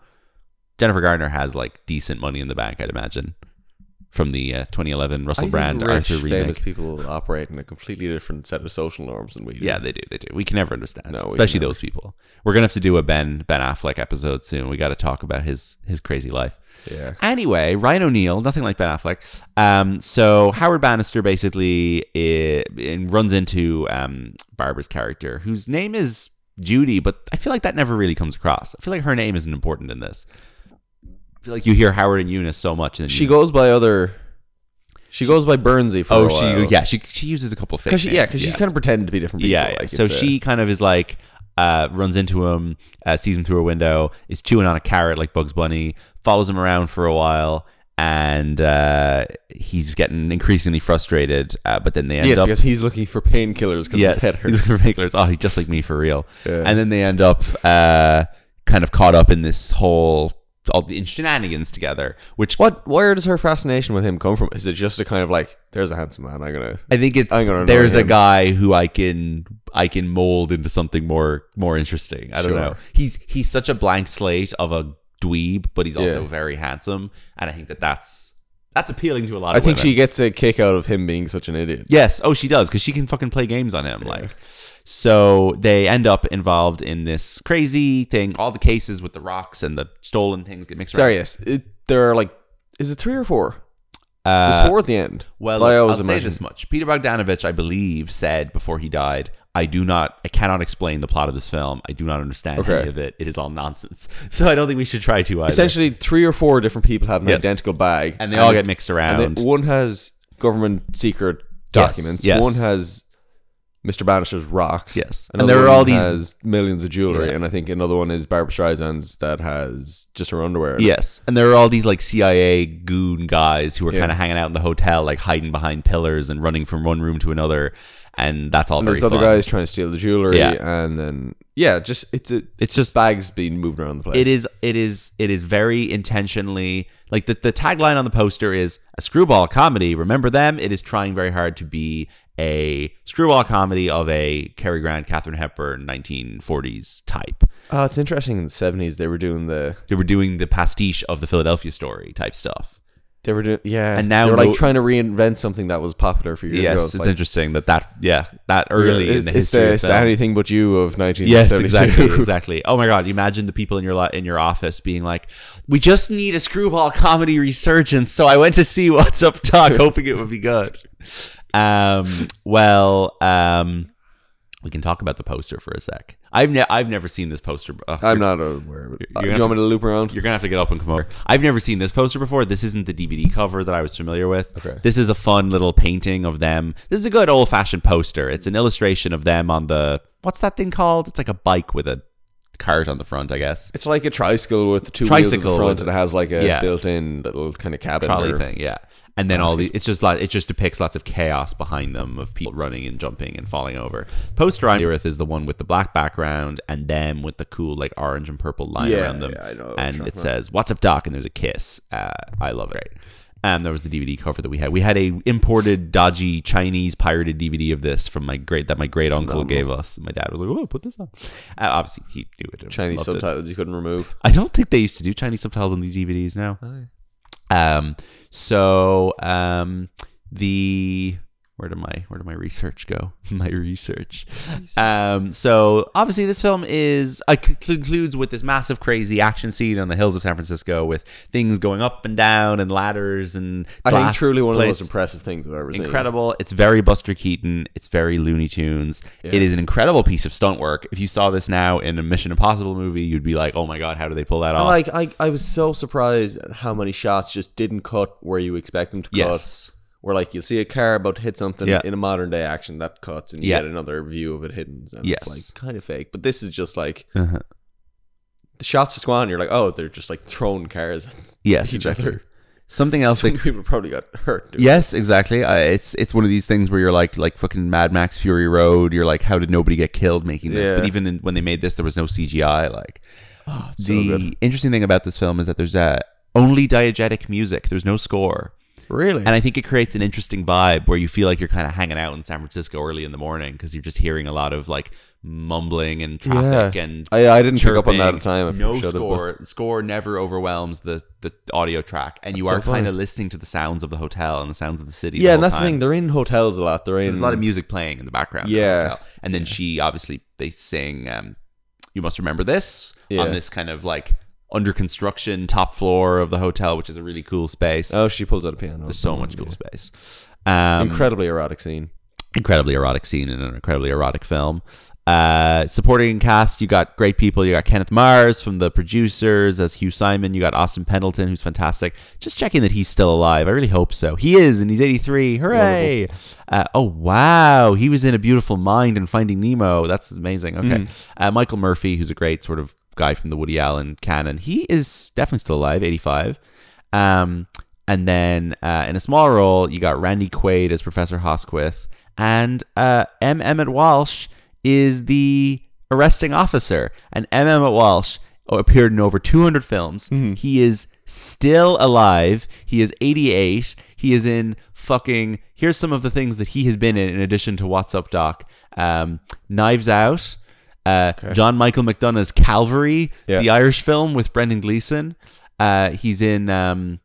Speaker 1: Jennifer Gardner has like decent money in the bank, I'd imagine, from the uh, 2011
Speaker 2: I
Speaker 1: Russell
Speaker 2: think
Speaker 1: Brand
Speaker 2: rich,
Speaker 1: Arthur remake.
Speaker 2: famous people operate in a completely different set of social norms than we do.
Speaker 1: Yeah, they do. They do. We can never understand,
Speaker 2: No, we can
Speaker 1: especially
Speaker 2: never.
Speaker 1: those people. We're gonna have to do a Ben Ben Affleck episode soon. We got to talk about his his crazy life.
Speaker 2: Yeah.
Speaker 1: Anyway, Ryan O'Neal, nothing like Ben Affleck. Um, so Howard Bannister basically i and runs into um, Barbara's character, whose name is Judy, but I feel like that never really comes across. I feel like her name isn't important in this. I feel like you hear Howard and Eunice so much, and then
Speaker 2: She
Speaker 1: you,
Speaker 2: goes by other. She goes by Bernsey for
Speaker 1: oh,
Speaker 2: a while.
Speaker 1: she yeah, she she uses a couple of fake
Speaker 2: Cause she, yeah,
Speaker 1: names,
Speaker 2: because she's kind of pretending to be different people.
Speaker 1: yeah, yeah.
Speaker 2: like,
Speaker 1: so
Speaker 2: it's a-
Speaker 1: she kind of is like uh, runs into him, uh, sees him through a window, is chewing on a carrot like Bugs Bunny, follows him around for a while, and uh, he's getting increasingly frustrated. Uh, but then they end
Speaker 2: yes,
Speaker 1: up
Speaker 2: because he's looking for painkillers because
Speaker 1: yes,
Speaker 2: his head
Speaker 1: he's
Speaker 2: hurts.
Speaker 1: looking for painkillers. Oh, he's just like me for real.
Speaker 2: Yeah.
Speaker 1: And then they end up uh, kind of caught up in this whole all the shenanigans together, which
Speaker 2: What? Where does her fascination with him come from? Is it just a kind of like, there's a handsome man, I'm gonna.
Speaker 1: I think it's
Speaker 2: I'm gonna annoy
Speaker 1: there's a
Speaker 2: him.
Speaker 1: guy who I can I can mold into something more more interesting. I
Speaker 2: Sure.
Speaker 1: don't know. He's he's such a blank slate of a dweeb, but he's also
Speaker 2: Yeah.
Speaker 1: very handsome, and I think that that's that's appealing to a lot.
Speaker 2: I
Speaker 1: of
Speaker 2: think
Speaker 1: women.
Speaker 2: she gets a kick out of him being such an idiot.
Speaker 1: Yes. Oh, she does because she can fucking play games on him. Like, so they end up involved in this crazy thing. All the cases with the rocks and the stolen things get mixed. around.
Speaker 2: Sorry, yes. It, there are like, is it three or four? There's
Speaker 1: Uh,
Speaker 2: four at the end.
Speaker 1: Well,
Speaker 2: I
Speaker 1: I'll
Speaker 2: always
Speaker 1: say
Speaker 2: imagine.
Speaker 1: this much: Peter Bogdanovich, I believe, said before he died, "I do not, I cannot explain the plot of this film. I do not understand
Speaker 2: Okay.
Speaker 1: any of it. It is all nonsense." So I don't think we should try to either.
Speaker 2: Essentially, three or four different people have an
Speaker 1: Yes.
Speaker 2: identical bag,
Speaker 1: and they all get mixed around.
Speaker 2: And they- one has government secret documents.
Speaker 1: yes.
Speaker 2: One has Mr. Bannister's rocks.
Speaker 1: Yes. And
Speaker 2: Another
Speaker 1: there are
Speaker 2: one
Speaker 1: all these-
Speaker 2: has millions of jewelry,
Speaker 1: Yeah.
Speaker 2: and I think another one is Barbara Streisand's that has just her underwear. in it.
Speaker 1: Yes, and there are all these like CIA goon guys who are
Speaker 2: Yeah.
Speaker 1: kind of hanging out in the hotel, like hiding behind pillars and running from one room to another, and that's all
Speaker 2: And
Speaker 1: very
Speaker 2: there's other
Speaker 1: fun.
Speaker 2: guys trying to steal the jewelry,
Speaker 1: Yeah.
Speaker 2: and then yeah, just it's a
Speaker 1: It's just
Speaker 2: bags being moved around the place.
Speaker 1: It is it is it is very intentionally like the, the tagline on the poster is a screwball comedy. Remember them? It is trying very hard to be a screwball comedy of a Cary Grant, Catherine Hepburn, nineteen forties type.
Speaker 2: Oh, it's interesting. In the seventies, they were doing the
Speaker 1: They were doing the pastiche of the Philadelphia story type stuff.
Speaker 2: they were doing yeah,
Speaker 1: And now
Speaker 2: they were
Speaker 1: no-
Speaker 2: like trying to reinvent something that was popular a few years
Speaker 1: yes,
Speaker 2: ago.
Speaker 1: it's
Speaker 2: like,
Speaker 1: interesting that that yeah that early
Speaker 2: it's,
Speaker 1: in the
Speaker 2: it's,
Speaker 1: history.
Speaker 2: uh,
Speaker 1: of
Speaker 2: it's
Speaker 1: film.
Speaker 2: anything but you of nineteen
Speaker 1: Yes,
Speaker 2: seventy two.
Speaker 1: exactly, exactly. Oh my god, imagine the people in your lo- in your office being like, "We just need a screwball comedy resurgence." So I went to see What's Up Doc, hoping it would be good. Um, well, um, we can talk about the poster for a sec. I've ne- I've never seen this poster. b- Ugh, you're-
Speaker 2: I'm not aware.
Speaker 1: gonna
Speaker 2: But, do
Speaker 1: have
Speaker 2: you want me to loop around?
Speaker 1: You're gonna have to get up and come over. I've never seen this poster before. This isn't the DVD cover that I was familiar with.
Speaker 2: Okay.
Speaker 1: This is a fun little painting of them. This is a good old fashioned poster. It's an illustration of them on the what's that thing called? It's like a bike with a cart on the front, I guess.
Speaker 2: It's like a tricycle with two wheels at
Speaker 1: Tricycle
Speaker 2: the front,
Speaker 1: with-
Speaker 2: and it has like a
Speaker 1: yeah.
Speaker 2: built-in little kind of cabin.
Speaker 1: trolley
Speaker 2: or-
Speaker 1: thing, yeah. And then all the it's just like it just depicts lots of chaos behind them of people running and jumping and falling over. Poster on the Earth is the one with the black background and them with the cool like orange and purple line
Speaker 2: Yeah,
Speaker 1: around them.
Speaker 2: yeah, I know what
Speaker 1: and
Speaker 2: you're
Speaker 1: it says "What's up, Doc?" and there's a kiss. Uh, I love it. Right. And there was the DVD cover that we had. We had a imported, dodgy Chinese pirated DVD of this from my great that my great uncle gave us. My dad was like, "Oh, put this on." Uh, obviously, he knew it.
Speaker 2: Chinese
Speaker 1: Loved it.
Speaker 2: subtitles you couldn't remove.
Speaker 1: I don't think they used to do Chinese subtitles on these DVDs now.
Speaker 2: Oh,
Speaker 1: Um, so um, the where did my where did my research go? my research. Um, so obviously this film is uh, c- concludes with this massive crazy action scene on the hills of San Francisco with things going up and down and ladders and
Speaker 2: I think
Speaker 1: glass
Speaker 2: truly one of the most
Speaker 1: plates.
Speaker 2: impressive things I've ever seen.
Speaker 1: Incredible. It's very Buster Keaton. It's very Looney Tunes. It is an incredible piece of stunt work. If you saw this now in a Mission Impossible movie, you'd be like, "Oh my god, how do they pull that off?"
Speaker 2: Like I, I was so surprised at how many shots just didn't cut where you expect them to
Speaker 1: yes.
Speaker 2: cut. Where like you see a car about to hit something
Speaker 1: Yeah.
Speaker 2: in a modern day action that cuts, and you
Speaker 1: Yeah.
Speaker 2: get another view of it hidden, and
Speaker 1: Yes.
Speaker 2: it's like kind of fake. But this is just like
Speaker 1: Uh-huh.
Speaker 2: the shots to squad, and you're like, oh, they're just like throwing cars at
Speaker 1: Yes.
Speaker 2: each
Speaker 1: Exactly.
Speaker 2: other.
Speaker 1: Something else
Speaker 2: So
Speaker 1: that
Speaker 2: many people probably got hurt. Dude.
Speaker 1: Yes, exactly. Uh, it's it's one of these things where you're like like fucking Mad Max Fury Road. You're like, how did nobody get killed making this?
Speaker 2: Yeah.
Speaker 1: But even in, when they made this, there was no CGI. Like
Speaker 2: Oh, it's so
Speaker 1: the
Speaker 2: good.
Speaker 1: interesting thing about this film is that there's uh, only diegetic music. There's no score,
Speaker 2: really.
Speaker 1: and I think it creates an interesting vibe where you feel like you're kind of hanging out in San Francisco early in the morning because you're just hearing a lot of like mumbling and traffic and
Speaker 2: I, I didn't pick up on
Speaker 1: chirping,
Speaker 2: that at the time. I
Speaker 1: No
Speaker 2: showed it, but-
Speaker 1: score. Score never overwhelms the, the audio track, and you
Speaker 2: That's
Speaker 1: are
Speaker 2: so funny.
Speaker 1: kind of listening to the sounds of the hotel and the sounds of the city.
Speaker 2: Yeah,
Speaker 1: the
Speaker 2: and
Speaker 1: whole
Speaker 2: that's the
Speaker 1: time.
Speaker 2: thing. They're in hotels a lot. They're
Speaker 1: So
Speaker 2: in
Speaker 1: there's a lot of music playing in the background. in the
Speaker 2: Yeah.
Speaker 1: hotel. And then she obviously they sing um, "You Must Remember This"
Speaker 2: Yeah.
Speaker 1: on this kind of like under construction top floor of the hotel, which is a really cool space.
Speaker 2: Oh, she pulls out a piano.
Speaker 1: there's so much cool space. Um,
Speaker 2: Incredibly erotic scene.
Speaker 1: incredibly erotic scene in an incredibly erotic film. Uh, supporting cast, you got great people. You got Kenneth Mars from the producers as Hugh Simon. You got Austin Pendleton, who's fantastic. Just checking that he's still alive. I really hope so. He is, and he's 83. Hooray! Uh, oh, wow. He was in A Beautiful Mind and Finding Nemo. That's amazing. Okay. Uh, Michael Murphy, who's a great sort of guy from the Woody Allen canon. He is definitely still alive, 85. Um, and then uh, in a small role, you got Randy Quaid as Professor Hosquith, and uh, M. Emmett Walsh is the arresting officer. And M. Emmett Walsh appeared in over 200 films. He is still alive. He is 88. He is in fucking. Here's some of the things that he has been in, in addition to What's Up Doc um, Knives Out. Uh, John Michael McDonough's Calvary,
Speaker 2: Yeah.
Speaker 1: the Irish film with Brendan Gleeson. Uh, he's in um,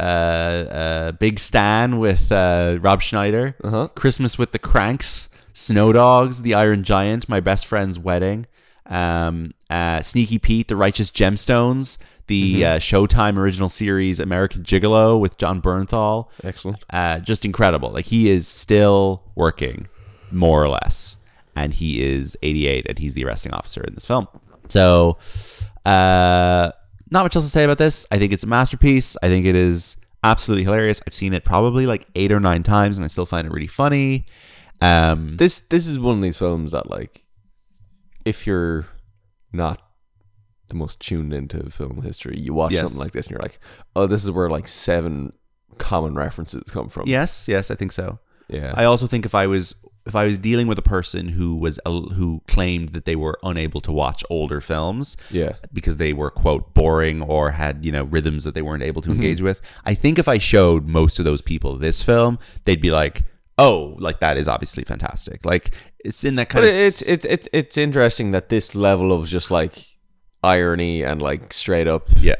Speaker 1: uh, uh, Big Stan with uh, Rob Schneider,
Speaker 2: Uh-huh.
Speaker 1: Christmas with the Cranks, Snow Dogs, The Iron Giant, My Best Friend's Wedding, um, uh, Sneaky Pete, The Righteous Gemstones, the
Speaker 2: Mm-hmm.
Speaker 1: uh, Showtime original series American Gigolo with John Bernthal.
Speaker 2: Excellent.
Speaker 1: Uh, just incredible. Like he is still working, more or less, and he is 88, and he's the arresting officer in this film. So, uh, not much else to say about this. I think it's a masterpiece. I think it is absolutely hilarious. I've seen it probably like eight or nine times, and I still find it really funny. Um,
Speaker 2: This this is one of these films that like, if you're not the most tuned into film history, you watch
Speaker 1: Yes.
Speaker 2: something like this and you're like, oh, this is where like seven common references come from.
Speaker 1: yes, yes, I think so.
Speaker 2: Yeah.
Speaker 1: I also think if I was if I was dealing with a person who was who claimed that they were unable to watch older films,
Speaker 2: yeah.
Speaker 1: because they were quote boring or had you know rhythms that they weren't able to
Speaker 2: Mm-hmm.
Speaker 1: engage with i think if i showed most of those people this film they'd be like oh like that is obviously fantastic like it's in that kind
Speaker 2: But
Speaker 1: of
Speaker 2: it's it's it's it's interesting that this level of just like irony and like straight up
Speaker 1: yeah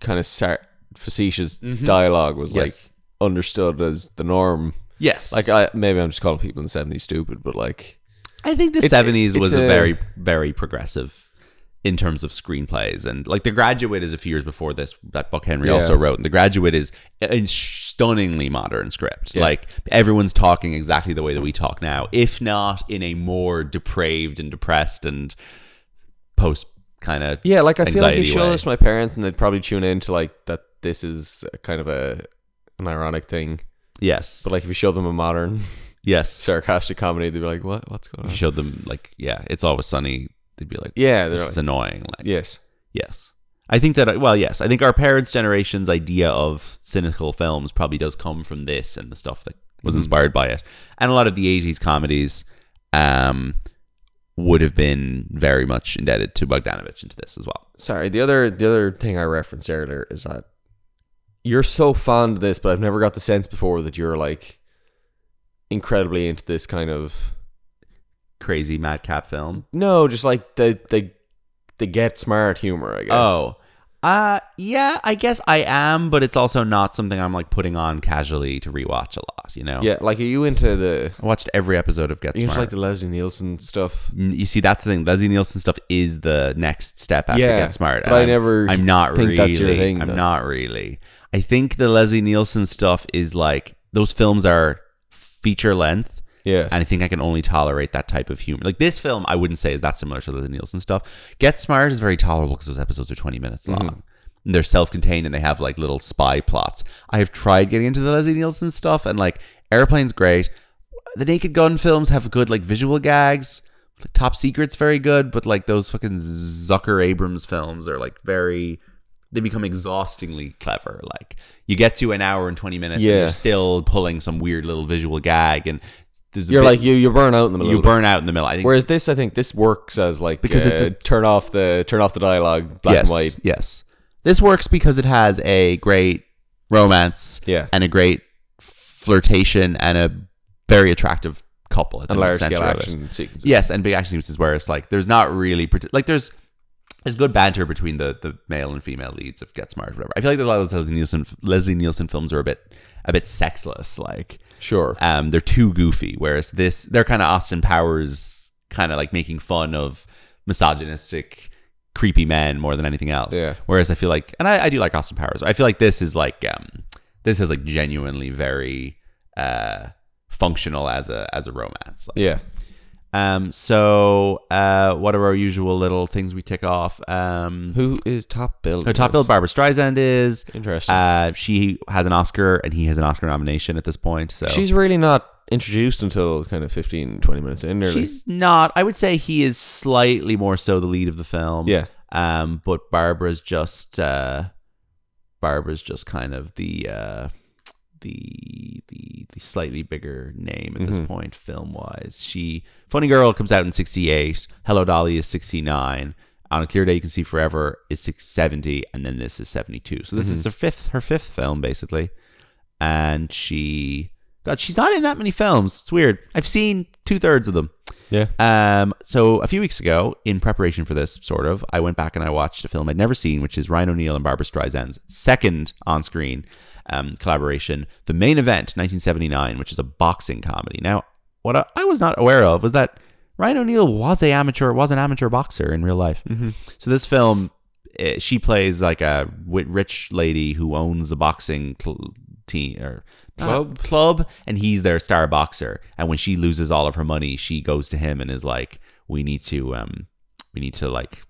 Speaker 2: kind of sar- facetious dialogue was
Speaker 1: Yes.
Speaker 2: like understood as the norm.
Speaker 1: yes
Speaker 2: Like I maybe I'm just calling people in the '70s stupid, but like
Speaker 1: i think the
Speaker 2: it-
Speaker 1: 70s was
Speaker 2: it's
Speaker 1: a,
Speaker 2: a-
Speaker 1: very very progressive in terms of screenplays and like the graduate is a few years before this that buck henry
Speaker 2: Yeah.
Speaker 1: also wrote and the graduate is a stunningly modern script like everyone's talking exactly the way that we talk now if not in a more depraved and depressed and post kind of
Speaker 2: yeah, like I feel like you
Speaker 1: Anxiety
Speaker 2: show
Speaker 1: way.
Speaker 2: this to my parents and they'd probably tune in to like that this is a kind of a an ironic thing.
Speaker 1: yes
Speaker 2: But like if you show them a modern
Speaker 1: yes
Speaker 2: sarcastic comedy, they'd be like, "What? What's going
Speaker 1: You
Speaker 2: on?"
Speaker 1: showed them like yeah it's always sunny They'd be like,
Speaker 2: Yeah,
Speaker 1: this
Speaker 2: they're
Speaker 1: is
Speaker 2: like-
Speaker 1: annoying. Like,
Speaker 2: yes,
Speaker 1: Yes. I think that, well, yes, I think our parents' generation's idea of cynical films probably does come from this and the stuff that was
Speaker 2: Mhm.
Speaker 1: inspired by it. And a lot of the 80s comedies um, would have been very much indebted to Bogdanovich into this as well.
Speaker 2: sorry. The other the other thing I referenced earlier is that you're so fond of this, but I've never got the sense before that you're like incredibly into this kind of
Speaker 1: Crazy madcap film.
Speaker 2: no, just like the the the get smart humor. I guess.
Speaker 1: Oh. Uh yeah, I guess I am, but it's also not something I'm like putting on casually to rewatch a lot, you know.
Speaker 2: yeah. Like, are you into the?
Speaker 1: I watched every episode of Get
Speaker 2: Are you into
Speaker 1: Smart.
Speaker 2: like the Leslie Nielsen stuff?
Speaker 1: N- you see, that's the thing. Leslie Nielsen stuff is the next step after
Speaker 2: Yeah,
Speaker 1: Get Smart.
Speaker 2: but I
Speaker 1: and I'm-
Speaker 2: never
Speaker 1: I'm not
Speaker 2: think
Speaker 1: really.
Speaker 2: that's your thing,
Speaker 1: I'm
Speaker 2: though.
Speaker 1: not really. I think the Leslie Nielsen stuff is like those films are feature length,
Speaker 2: Yeah.
Speaker 1: and I think I can only tolerate that type of humor. Like this film, I wouldn't say is that similar to Leslie Nielsen stuff. Get Smart is very tolerable because those episodes are 20 minutes
Speaker 2: Mm-hmm.
Speaker 1: long. And they're self-contained and they have like little spy plots. I have tried getting into the Leslie Nielsen stuff, and like Airplane's great. The Naked Gun films have good like visual gags. Like, Top Secret's very good, but like those fucking Zucker Abrams films are like very. They become exhaustingly clever. Like you get to an hour and twenty minutes, and
Speaker 2: Yeah.
Speaker 1: you're still pulling some weird little visual gag, and there's a
Speaker 2: You're
Speaker 1: bit-
Speaker 2: like you you burn out in the middle.
Speaker 1: you
Speaker 2: of it.
Speaker 1: burn out in the middle. I think
Speaker 2: Whereas this, I think this works as like
Speaker 1: Because
Speaker 2: because
Speaker 1: it's
Speaker 2: it's
Speaker 1: a-
Speaker 2: turn off the turn off the dialogue, black
Speaker 1: yes,
Speaker 2: and white.
Speaker 1: Yes, this works because it has a great romance
Speaker 2: Yeah,
Speaker 1: and a great flirtation and a very attractive couple at the
Speaker 2: and large
Speaker 1: center
Speaker 2: scale
Speaker 1: of it.
Speaker 2: action sequences.
Speaker 1: Yes, and big action sequences where it's like there's not really parti- like there's there's good banter between the the male and female leads of Get Smart, or whatever. I feel like there's a lot of those Leslie Nielsen Leslie Nielsen films are a bit a bit sexless, like
Speaker 2: sure.
Speaker 1: um, they're too goofy. Whereas this, they're kind of Austin Powers, kind of like making fun of misogynistic, creepy men more than anything else.
Speaker 2: Yeah.
Speaker 1: Whereas I feel like, and I, I do like Austin Powers. I feel like this is like, um, this is like genuinely very uh, functional as a as a romance.
Speaker 2: Yeah,
Speaker 1: Um, so uh, what are our usual little things we tick off? Um,
Speaker 2: who is top build?
Speaker 1: oh, top billed Barbara Streisand is.
Speaker 2: Interesting.
Speaker 1: Uh, she has an Oscar and he has an Oscar nomination at this point. So
Speaker 2: She's really not introduced until kind of 15, 20 minutes in. Nearly.
Speaker 1: She's not. I would say he is slightly more so the lead of the film.
Speaker 2: yeah,
Speaker 1: Um, but Barbara's just uh Barbara's just kind of the uh the the the slightly bigger name at this
Speaker 2: Mhm.
Speaker 1: point film wise. She Funny Girl comes out in 68, Hello Dolly is 69. On a clear day you can see forever is 670 and then this is 72. So this is her fifth her fifth film basically. And she God, she's not in that many films. It's weird. I've seen two thirds of them.
Speaker 2: yeah.
Speaker 1: Um, so a few weeks ago, in preparation for this, sort of, I went back and I watched a film I'd never seen, which is Ryan O'Neal and Barbara Streisand's second on-screen um, collaboration, The Main Event, 1979, which is a boxing comedy. Now, what I, I was not aware of was that Ryan O'Neal was a amateur, was an amateur boxer in real life. So this film, eh, she plays like a wi- rich lady who owns a boxing cl- team or
Speaker 2: Club?
Speaker 1: uh, club, and he's their star boxer. And when she loses all of her money, she goes to him and is like, "We need to, um, we need to like."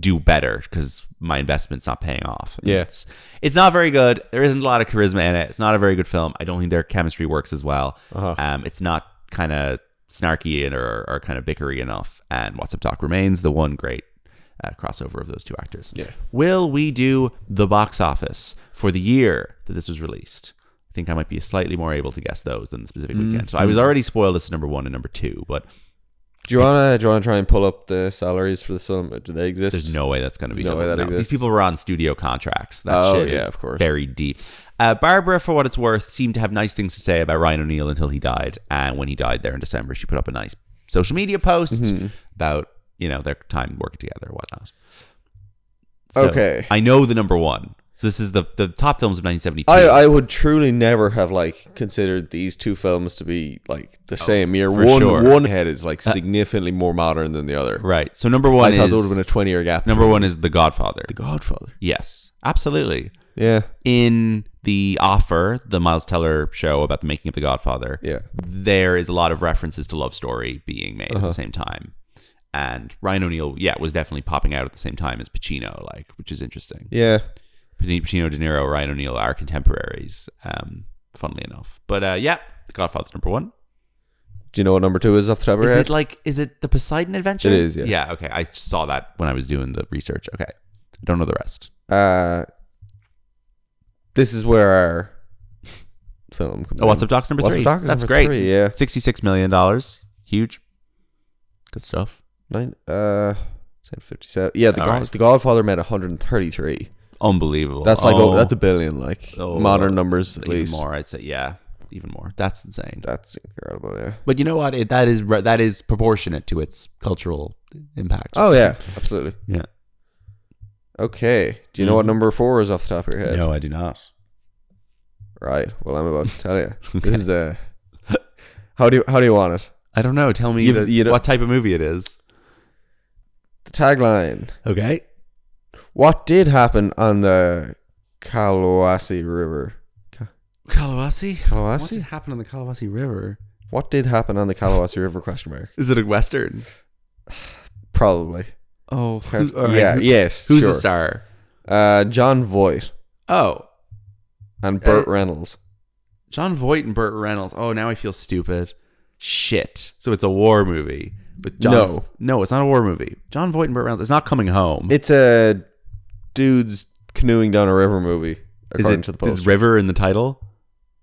Speaker 1: do better because my investment's not paying off. And
Speaker 2: Yeah.
Speaker 1: It's, it's not very good. There isn't a lot of charisma in it. It's not a very good film. I don't think their chemistry works as well.
Speaker 2: Uh-huh.
Speaker 1: Um, it's not kind of snarky and or, or kind of bickery enough. And What's Up Doc remains the one great uh, crossover of those two actors.
Speaker 2: Yeah.
Speaker 1: Will we do the box office for the year that this was released? I think I might be slightly more able to guess those than the specific weekend. So I
Speaker 2: Mm-hmm.
Speaker 1: was already spoiled as to number one and number two, but
Speaker 2: Do you wanna do you wanna try and pull up the salaries for this film? Do they exist?
Speaker 1: There's no way that's going to be
Speaker 2: no
Speaker 1: done.
Speaker 2: way that
Speaker 1: These
Speaker 2: exists.
Speaker 1: people were on studio contracts. That
Speaker 2: Oh,
Speaker 1: shit
Speaker 2: yeah,
Speaker 1: is
Speaker 2: of course.
Speaker 1: buried deep. Uh, Barbara, for what it's worth, seemed to have nice things to say about Ryan O'Neal until he died. And when he died there in December, she put up a nice social media post
Speaker 2: Mm-hmm.
Speaker 1: about you know their time working together and whatnot. So,
Speaker 2: Okay.
Speaker 1: I know the number one. So this is the the top films of 1972.
Speaker 2: I, I would truly never have like considered these two films to be like the same year.
Speaker 1: Oh, for
Speaker 2: One
Speaker 1: sure.
Speaker 2: one head is like significantly more modern than the other.
Speaker 1: right. So number one
Speaker 2: I thought
Speaker 1: is
Speaker 2: there would have been a twenty year gap.
Speaker 1: number one is The Godfather.
Speaker 2: The Godfather.
Speaker 1: yes, absolutely.
Speaker 2: Yeah.
Speaker 1: in the offer, the Miles Teller show about the making of The Godfather,
Speaker 2: Yeah.
Speaker 1: there is a lot of references to Love Story being made
Speaker 2: Uh-huh.
Speaker 1: at the same time. And Ryan O'Neal, yeah, was definitely popping out at the same time as Pacino, like, which is interesting.
Speaker 2: Yeah.
Speaker 1: Paci- Pacino, De Niro, Ryan O'Neal are contemporaries, um, funnily enough. But uh, yeah, The Godfather's number one.
Speaker 2: Do you know what number two is off the top of
Speaker 1: Is
Speaker 2: your head?
Speaker 1: it like is it the Poseidon Adventure?
Speaker 2: It is, yeah.
Speaker 1: Yeah. Okay, I saw that when I was doing the research. Okay, I don't know the rest.
Speaker 2: uh, this is where our film comes
Speaker 1: Oh, what's
Speaker 2: in.
Speaker 1: up, Docs number
Speaker 2: What's Up
Speaker 1: three.
Speaker 2: Doc is
Speaker 1: That's
Speaker 2: number
Speaker 1: great.
Speaker 2: three, yeah.
Speaker 1: Sixty-six million dollars. Huge. Good stuff.
Speaker 2: Nine, uh, said 57. Yeah, the,
Speaker 1: All
Speaker 2: God,
Speaker 1: right.
Speaker 2: the Godfather made 133.
Speaker 1: Unbelievable.
Speaker 2: That's like,
Speaker 1: oh,
Speaker 2: oh, that's a billion, like
Speaker 1: Oh,
Speaker 2: modern numbers at
Speaker 1: even
Speaker 2: least.
Speaker 1: more. I'd say yeah, even more. That's insane.
Speaker 2: That's incredible, yeah.
Speaker 1: But you know what? It, that is re- that is proportionate to its cultural impact.
Speaker 2: Oh, yeah, absolutely.
Speaker 1: yeah. Mm-hmm.
Speaker 2: Okay. Do you know what number four is off the top of your head?
Speaker 1: No, I do not.
Speaker 2: Right. Well, I'm about to tell you. This is uh, how do you, how do you want it?
Speaker 1: I don't know. Tell me
Speaker 2: You-
Speaker 1: the-
Speaker 2: you don't-
Speaker 1: what type of movie it is.
Speaker 2: The tagline:
Speaker 1: Okay.
Speaker 2: What did happen on the Kalawasi River?
Speaker 1: Kalawasi. What's
Speaker 2: Kalawasi?
Speaker 1: happened on the Kalawasi River?
Speaker 2: What did happen on the Kalawasi River? Question mark.
Speaker 1: Is it a western?
Speaker 2: Probably.
Speaker 1: Oh, who- all right.
Speaker 2: yeah.
Speaker 1: Who-
Speaker 2: yes.
Speaker 1: Who's
Speaker 2: sure.
Speaker 1: the star?
Speaker 2: Uh, John Voight
Speaker 1: Oh,
Speaker 2: and Burt
Speaker 1: Uh,
Speaker 2: Reynolds.
Speaker 1: John Voight and Burt Reynolds. Oh, now I feel stupid. Shit. So it's a war movie, but John,
Speaker 2: No.
Speaker 1: no, it's not a war movie. John Voight and Burt Reynolds. It's not coming home.
Speaker 2: It's a dudes canoeing down a river movie.
Speaker 1: is
Speaker 2: According
Speaker 1: it?
Speaker 2: to the
Speaker 1: is
Speaker 2: post.
Speaker 1: River in the title?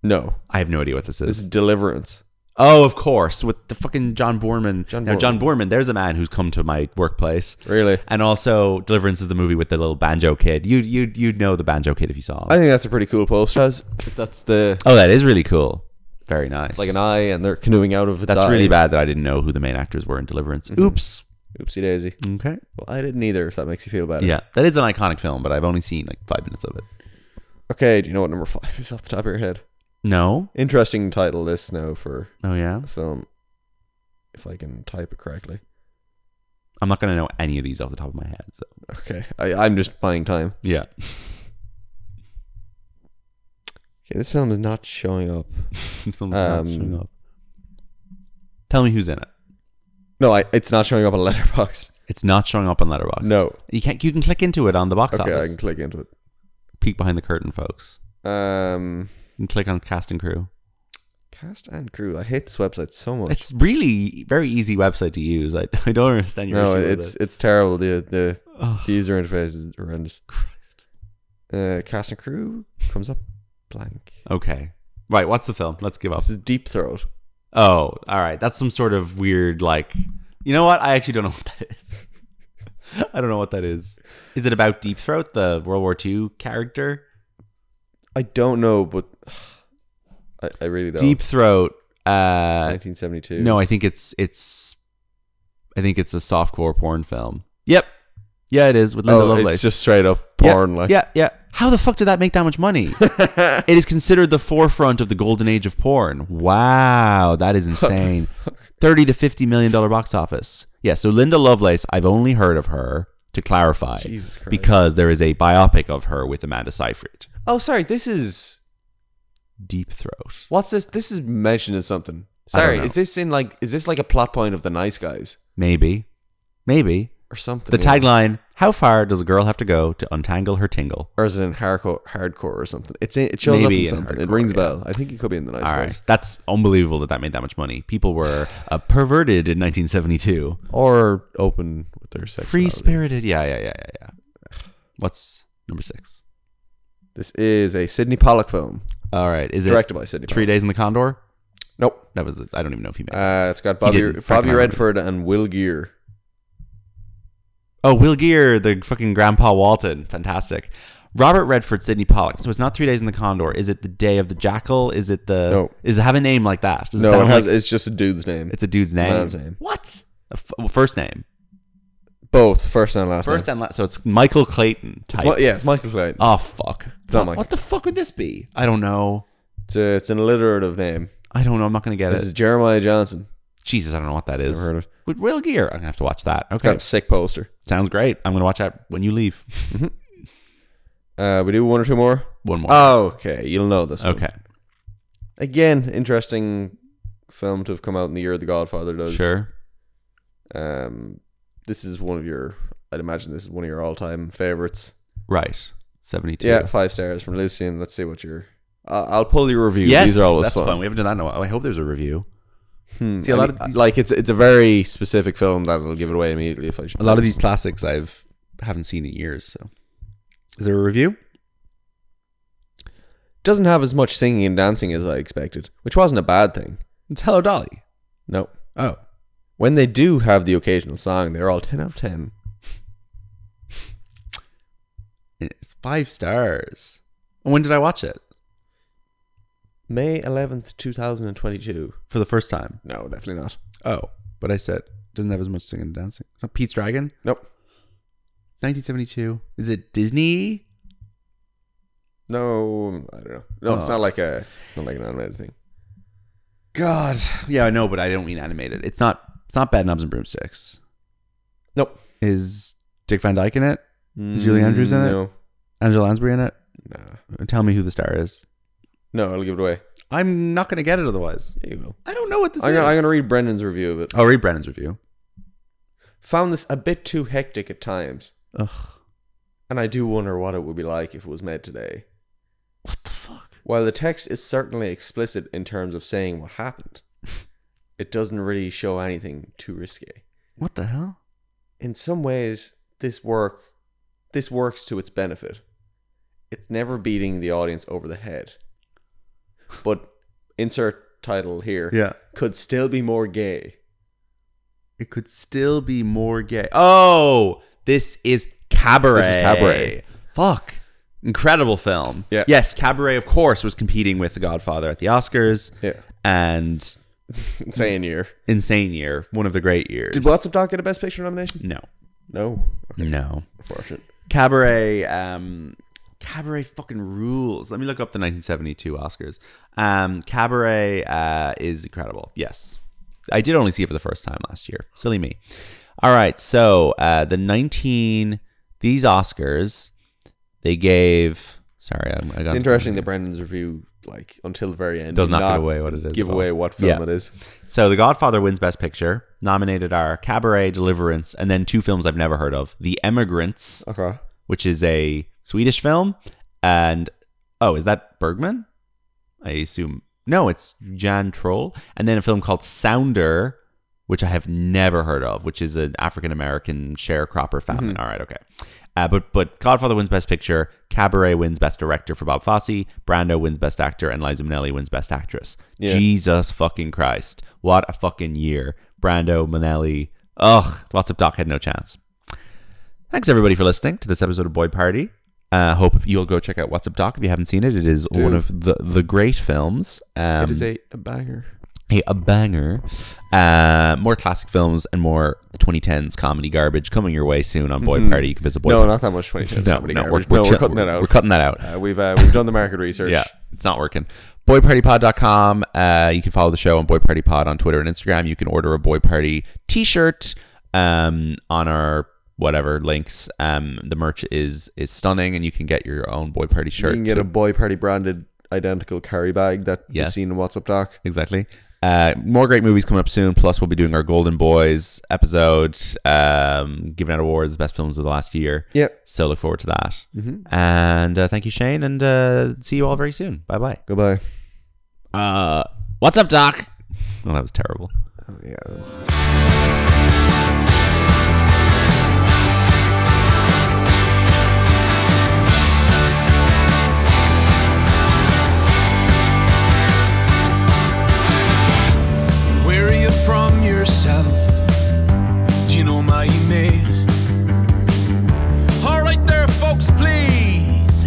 Speaker 2: no,
Speaker 1: I have no idea what this
Speaker 2: this
Speaker 1: is.
Speaker 2: is Deliverance.
Speaker 1: oh, of course, with the fucking John Borman.
Speaker 2: John
Speaker 1: now, John Borman. There's a man who's come to my workplace,
Speaker 2: Really,
Speaker 1: and also Deliverance is the movie with the little banjo kid. You you you'd know the banjo kid if you saw him.
Speaker 2: I think that's a pretty cool post. If that's the
Speaker 1: oh, that is really cool. Very nice.
Speaker 2: like an eye, and they're canoeing out of its
Speaker 1: That's
Speaker 2: eye.
Speaker 1: really bad that I didn't know who the main actors were in Deliverance. Oops.
Speaker 2: Oopsie daisy.
Speaker 1: Okay.
Speaker 2: Well, I didn't either. If that makes you feel better.
Speaker 1: Yeah, that is an iconic film, but I've only seen like five minutes of it.
Speaker 2: Okay. Do you know what number five is off the top of your head?
Speaker 1: No.
Speaker 2: Interesting title this now for
Speaker 1: Oh yeah.
Speaker 2: a film. If I can type it correctly.
Speaker 1: I'm not gonna know any of these off the top of my head. So
Speaker 2: Okay. I, I'm just buying time.
Speaker 1: yeah.
Speaker 2: Okay. This film is not showing up.
Speaker 1: This film's not
Speaker 2: Um,
Speaker 1: showing up. Tell me who's in it.
Speaker 2: No, I, it's not showing up on Letterboxd.
Speaker 1: It's not showing up on Letterboxd.
Speaker 2: No.
Speaker 1: You can't. You can click into it on the box
Speaker 2: Okay. I
Speaker 1: office.
Speaker 2: can click into it.
Speaker 1: Peek behind the curtain, folks.
Speaker 2: Um,
Speaker 1: You can click on cast and crew.
Speaker 2: cast and crew. I hate this website so much.
Speaker 1: It's really very easy website to use. I, I don't understand your
Speaker 2: no,
Speaker 1: issue
Speaker 2: it's
Speaker 1: with it.
Speaker 2: it's terrible. The the
Speaker 1: Ugh,
Speaker 2: The user interface is horrendous.
Speaker 1: Christ.
Speaker 2: Uh, cast and crew comes up blank.
Speaker 1: Okay. Right. What's the film? Let's give up.
Speaker 2: This is Deep Throat.
Speaker 1: Oh, all right. That's some sort of weird, like, you know what? I actually don't know what that is. I don't know what that is. Is it about Deep Throat, the World War II character?
Speaker 2: I don't know, but I, I really don't.
Speaker 1: Deep Throat. Uh,
Speaker 2: 1972.
Speaker 1: no, I think it's it's, I think it's a softcore porn film. Yep. Yeah, it is with Linda
Speaker 2: oh,
Speaker 1: Lovelace.
Speaker 2: it's just straight up
Speaker 1: Yeah,
Speaker 2: porn. Like,
Speaker 1: yeah, yeah. How the fuck did that make that much money? it is considered the forefront of the golden age of porn. Wow, that is insane. 30 to 50 million dollar box office. Yeah, so Linda Lovelace, I've only heard of her to clarify
Speaker 2: Jesus Christ.
Speaker 1: because there is a biopic of her with Amanda Seyfried.
Speaker 2: oh, sorry. This is
Speaker 1: Deep Throat.
Speaker 2: what's this? This is mentioned as something.
Speaker 1: I don't
Speaker 2: Sorry,
Speaker 1: know.
Speaker 2: is this in like is this like a plot point of the Nice Guys
Speaker 1: Maybe. Maybe.
Speaker 2: or something?
Speaker 1: The
Speaker 2: yeah?
Speaker 1: tagline, how far does a girl have to go to untangle her tingle?
Speaker 2: or is it in hardcore, hardcore or something? It's in, it shows
Speaker 1: Maybe
Speaker 2: up
Speaker 1: in
Speaker 2: in something. it
Speaker 1: hardcore,
Speaker 2: rings a
Speaker 1: yeah.
Speaker 2: bell. I think it could be in the Nice
Speaker 1: All
Speaker 2: Guys
Speaker 1: right. That's unbelievable that that made that much money. People were uh, perverted in 1972.
Speaker 2: or open with their sexuality.
Speaker 1: Free spirited. Yeah, yeah, yeah, yeah, yeah. What's number six?
Speaker 2: This is a Sidney Pollock film
Speaker 1: All right. Is it
Speaker 2: directed by Sidney
Speaker 1: Three
Speaker 2: Pollock.
Speaker 1: Days in the Condor?
Speaker 2: Nope.
Speaker 1: That was, I don't even know if he made it.
Speaker 2: Uh, it's got Bobby
Speaker 1: didn't, back in
Speaker 2: Bobby
Speaker 1: my
Speaker 2: Redford and Will Gear.
Speaker 1: Oh, Will Gear, the fucking Grandpa Walton. Fantastic. Robert Redford, Sidney Pollock. So it's not Three Days in the Condor. Is it The Day of the Jackal? Is it the.
Speaker 2: No.
Speaker 1: Is it have a name like that? Does it
Speaker 2: No, it
Speaker 1: sound
Speaker 2: has,
Speaker 1: like
Speaker 2: it's just a dude's name.
Speaker 1: it's a dude's name?
Speaker 2: man's name.
Speaker 1: What? A f- well, first name.
Speaker 2: Both first and last
Speaker 1: First
Speaker 2: name.
Speaker 1: and last. So it's Michael Clayton type.
Speaker 2: Well, yeah, it's Michael Clayton.
Speaker 1: Oh, fuck.
Speaker 2: not
Speaker 1: What,
Speaker 2: Michael.
Speaker 1: what the fuck would this be? I don't know.
Speaker 2: It's, a, it's an alliterative name.
Speaker 1: I don't know. I'm not going to get
Speaker 2: This
Speaker 1: it.
Speaker 2: is Jeremiah Johnson.
Speaker 1: Jesus, I don't know what that is.
Speaker 2: Never heard of it.
Speaker 1: With Will Gear. I'm going to have to watch that. Okay.
Speaker 2: Got a sick poster.
Speaker 1: Sounds great. I'm going to watch that when you leave.
Speaker 2: Uh, we do one or two more.
Speaker 1: One more.
Speaker 2: Oh, okay, you'll know this. one.
Speaker 1: okay.
Speaker 2: Again, interesting film to have come out in the year The Godfather does.
Speaker 1: Sure.
Speaker 2: Um, this is one of your. I'd imagine this is one of your all-time favorites.
Speaker 1: Right. 72.
Speaker 2: Yeah, five stars from Lucian. Let's see what your. I I'll pull your review. These are always
Speaker 1: that's fun.
Speaker 2: fun.
Speaker 1: We haven't done that in a while. I hope there's a review.
Speaker 2: Hmm.
Speaker 1: See, a
Speaker 2: I
Speaker 1: lot
Speaker 2: mean,
Speaker 1: of these-
Speaker 2: like it's it's a very specific film that'll give it away immediately. If I should,
Speaker 1: A lot of these classics I've haven't seen in years. So, is there a review?
Speaker 2: doesn't have as much singing and dancing as I expected, which wasn't a bad thing.
Speaker 1: It's Hello Dolly.
Speaker 2: No,
Speaker 1: Oh,
Speaker 2: when they do have the occasional song, they're all ten out of ten.
Speaker 1: it's five stars. When did I watch it
Speaker 2: May eleventh, two thousand and twenty-two.
Speaker 1: for the first time?
Speaker 2: No, definitely not.
Speaker 1: Oh, but I said doesn't have as much singing and dancing. It's not Pete's Dragon.
Speaker 2: Nope.
Speaker 1: 1972. Is it Disney?
Speaker 2: No, I don't know. No, it's
Speaker 1: Oh.
Speaker 2: not like a not like an animated thing.
Speaker 1: God, yeah, I know, but I don't mean animated. It's not. It's not Bad Knobs and Broomsticks.
Speaker 2: Nope.
Speaker 1: Is Dick Van Dyke in it? Julie Andrews in it?
Speaker 2: No,
Speaker 1: Angela Lansbury in it?
Speaker 2: nah.
Speaker 1: Tell me who the star is.
Speaker 2: No, I'll give it away.
Speaker 1: I'm not going to get it otherwise.
Speaker 2: Yeah, you will.
Speaker 1: I don't know what this
Speaker 2: I'm
Speaker 1: is.
Speaker 2: gonna, I'm gonna read Brendan's review of it.
Speaker 1: I'll read Brennan's review.
Speaker 2: Found this a bit too hectic at times,
Speaker 1: Ugh.
Speaker 2: and I do wonder what it would be like if it was made today.
Speaker 1: What the fuck?
Speaker 2: While the text is certainly explicit in terms of saying what happened, it doesn't really show anything too risque.
Speaker 1: What the hell?
Speaker 2: In some ways, this work this works to its benefit. It's never beating the audience over the head. But insert title here
Speaker 1: Yeah.
Speaker 2: could still be more gay.
Speaker 1: It could still be more gay. Oh, this is Cabaret.
Speaker 2: This is Cabaret.
Speaker 1: Fuck. Incredible film.
Speaker 2: Yeah.
Speaker 1: Yes, Cabaret, of course, was competing with The Godfather at the Oscars
Speaker 2: Yeah.
Speaker 1: and
Speaker 2: Saying year.
Speaker 1: Insane Year, one of the great years.
Speaker 2: Mm. Did What's Up Doc get a Best Picture nomination?
Speaker 1: No.
Speaker 2: No.
Speaker 1: No.
Speaker 2: Unfortunate.
Speaker 1: Cabaret, um, Cabaret fucking rules. Let me look up the 1972 Oscars. Um, Cabaret uh, is incredible. Yes. I did only see it for the first time last year. Silly me. All right. So uh, the 19, these Oscars, they gave, sorry, I'm, I got
Speaker 2: It's interesting that Brendan's review, like, until the very end,
Speaker 1: Does
Speaker 2: did
Speaker 1: not give away what it is
Speaker 2: Give
Speaker 1: at all.
Speaker 2: away what film
Speaker 1: Yeah.
Speaker 2: it is.
Speaker 1: So The Godfather wins Best Picture. Nominated are Cabaret, Deliverance, and then two films I've never heard of The Emigrants,
Speaker 2: Okay.
Speaker 1: which is a Swedish film. And oh, is that Bergman? I assume no, it's Jan Troll. And then a film called Sounder, which I have never heard of, which is an African American sharecropper famine. All right, okay. Uh, but but Godfather wins Best Picture, Cabaret wins Best Director for Bob Fosse, Brando wins Best Actor, and Liza Minnelli wins Best Actress.
Speaker 2: Yeah.
Speaker 1: Jesus fucking Christ! What a fucking year! Brando, Minnelli, ugh, lots of doc had no chance. Thanks everybody for listening to this episode of Boy Party. Uh, hope you'll go check out What's Up Doc if you haven't seen it. It is one of the the great films. Um,
Speaker 2: it is a, a banger.
Speaker 1: a, a banger. Uh, more classic films and more 2010s comedy garbage coming your way soon on Boy Party. You can visit Boy
Speaker 2: Mm-hmm. No,
Speaker 1: Party.
Speaker 2: not that much. Twenty chance. comedy
Speaker 1: no,
Speaker 2: garbage.
Speaker 1: we're,
Speaker 2: no,
Speaker 1: we're
Speaker 2: we're
Speaker 1: chill-
Speaker 2: cutting that out.
Speaker 1: We're cutting that out.
Speaker 2: Uh, we've uh, we've done the market research.
Speaker 1: Yeah, it's not working. BoyPartyPod.com. Uh, you can follow the show on Boy Party Pod on Twitter and Instagram. You can order a Boy Party T-shirt um, on our whatever links. Um, the merch is is stunning, and you can get your own Boy Party
Speaker 2: you
Speaker 1: shirt.
Speaker 2: can get
Speaker 1: too.
Speaker 2: a boy party branded identical carry bag that is
Speaker 1: Yes.
Speaker 2: seen in What's Up Doc.
Speaker 1: Exactly. Uh, more great movies coming up soon. Plus, we'll be doing our Golden Boys episode, um, giving out awards, best films of the last year.
Speaker 2: Yep.
Speaker 1: So look forward to that. And uh, thank you, Shane, and uh, see you all very soon. Bye bye.
Speaker 2: Goodbye.
Speaker 1: Uh, what's up, Doc? Well, that was terrible.
Speaker 2: Oh, yeah. that's-
Speaker 3: Where are you from yourself? Do you know my mate? All right, there, folks, please.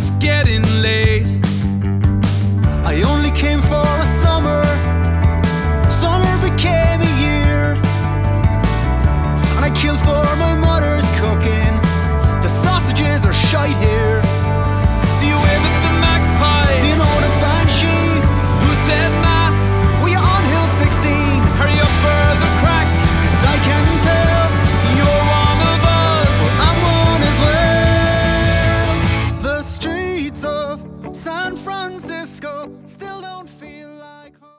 Speaker 3: It's getting late. I only came for a summer. Summer became a year. And I killed for my mother's cooking. The sausages are shite here. Do you wave at the magpie? Do you know the banshee? Who said mass? Were you on Hill 16? Hurry up for the crack. Cause I can tell you're one of us. I'm one as well. The streets of San Francisco still don't feel.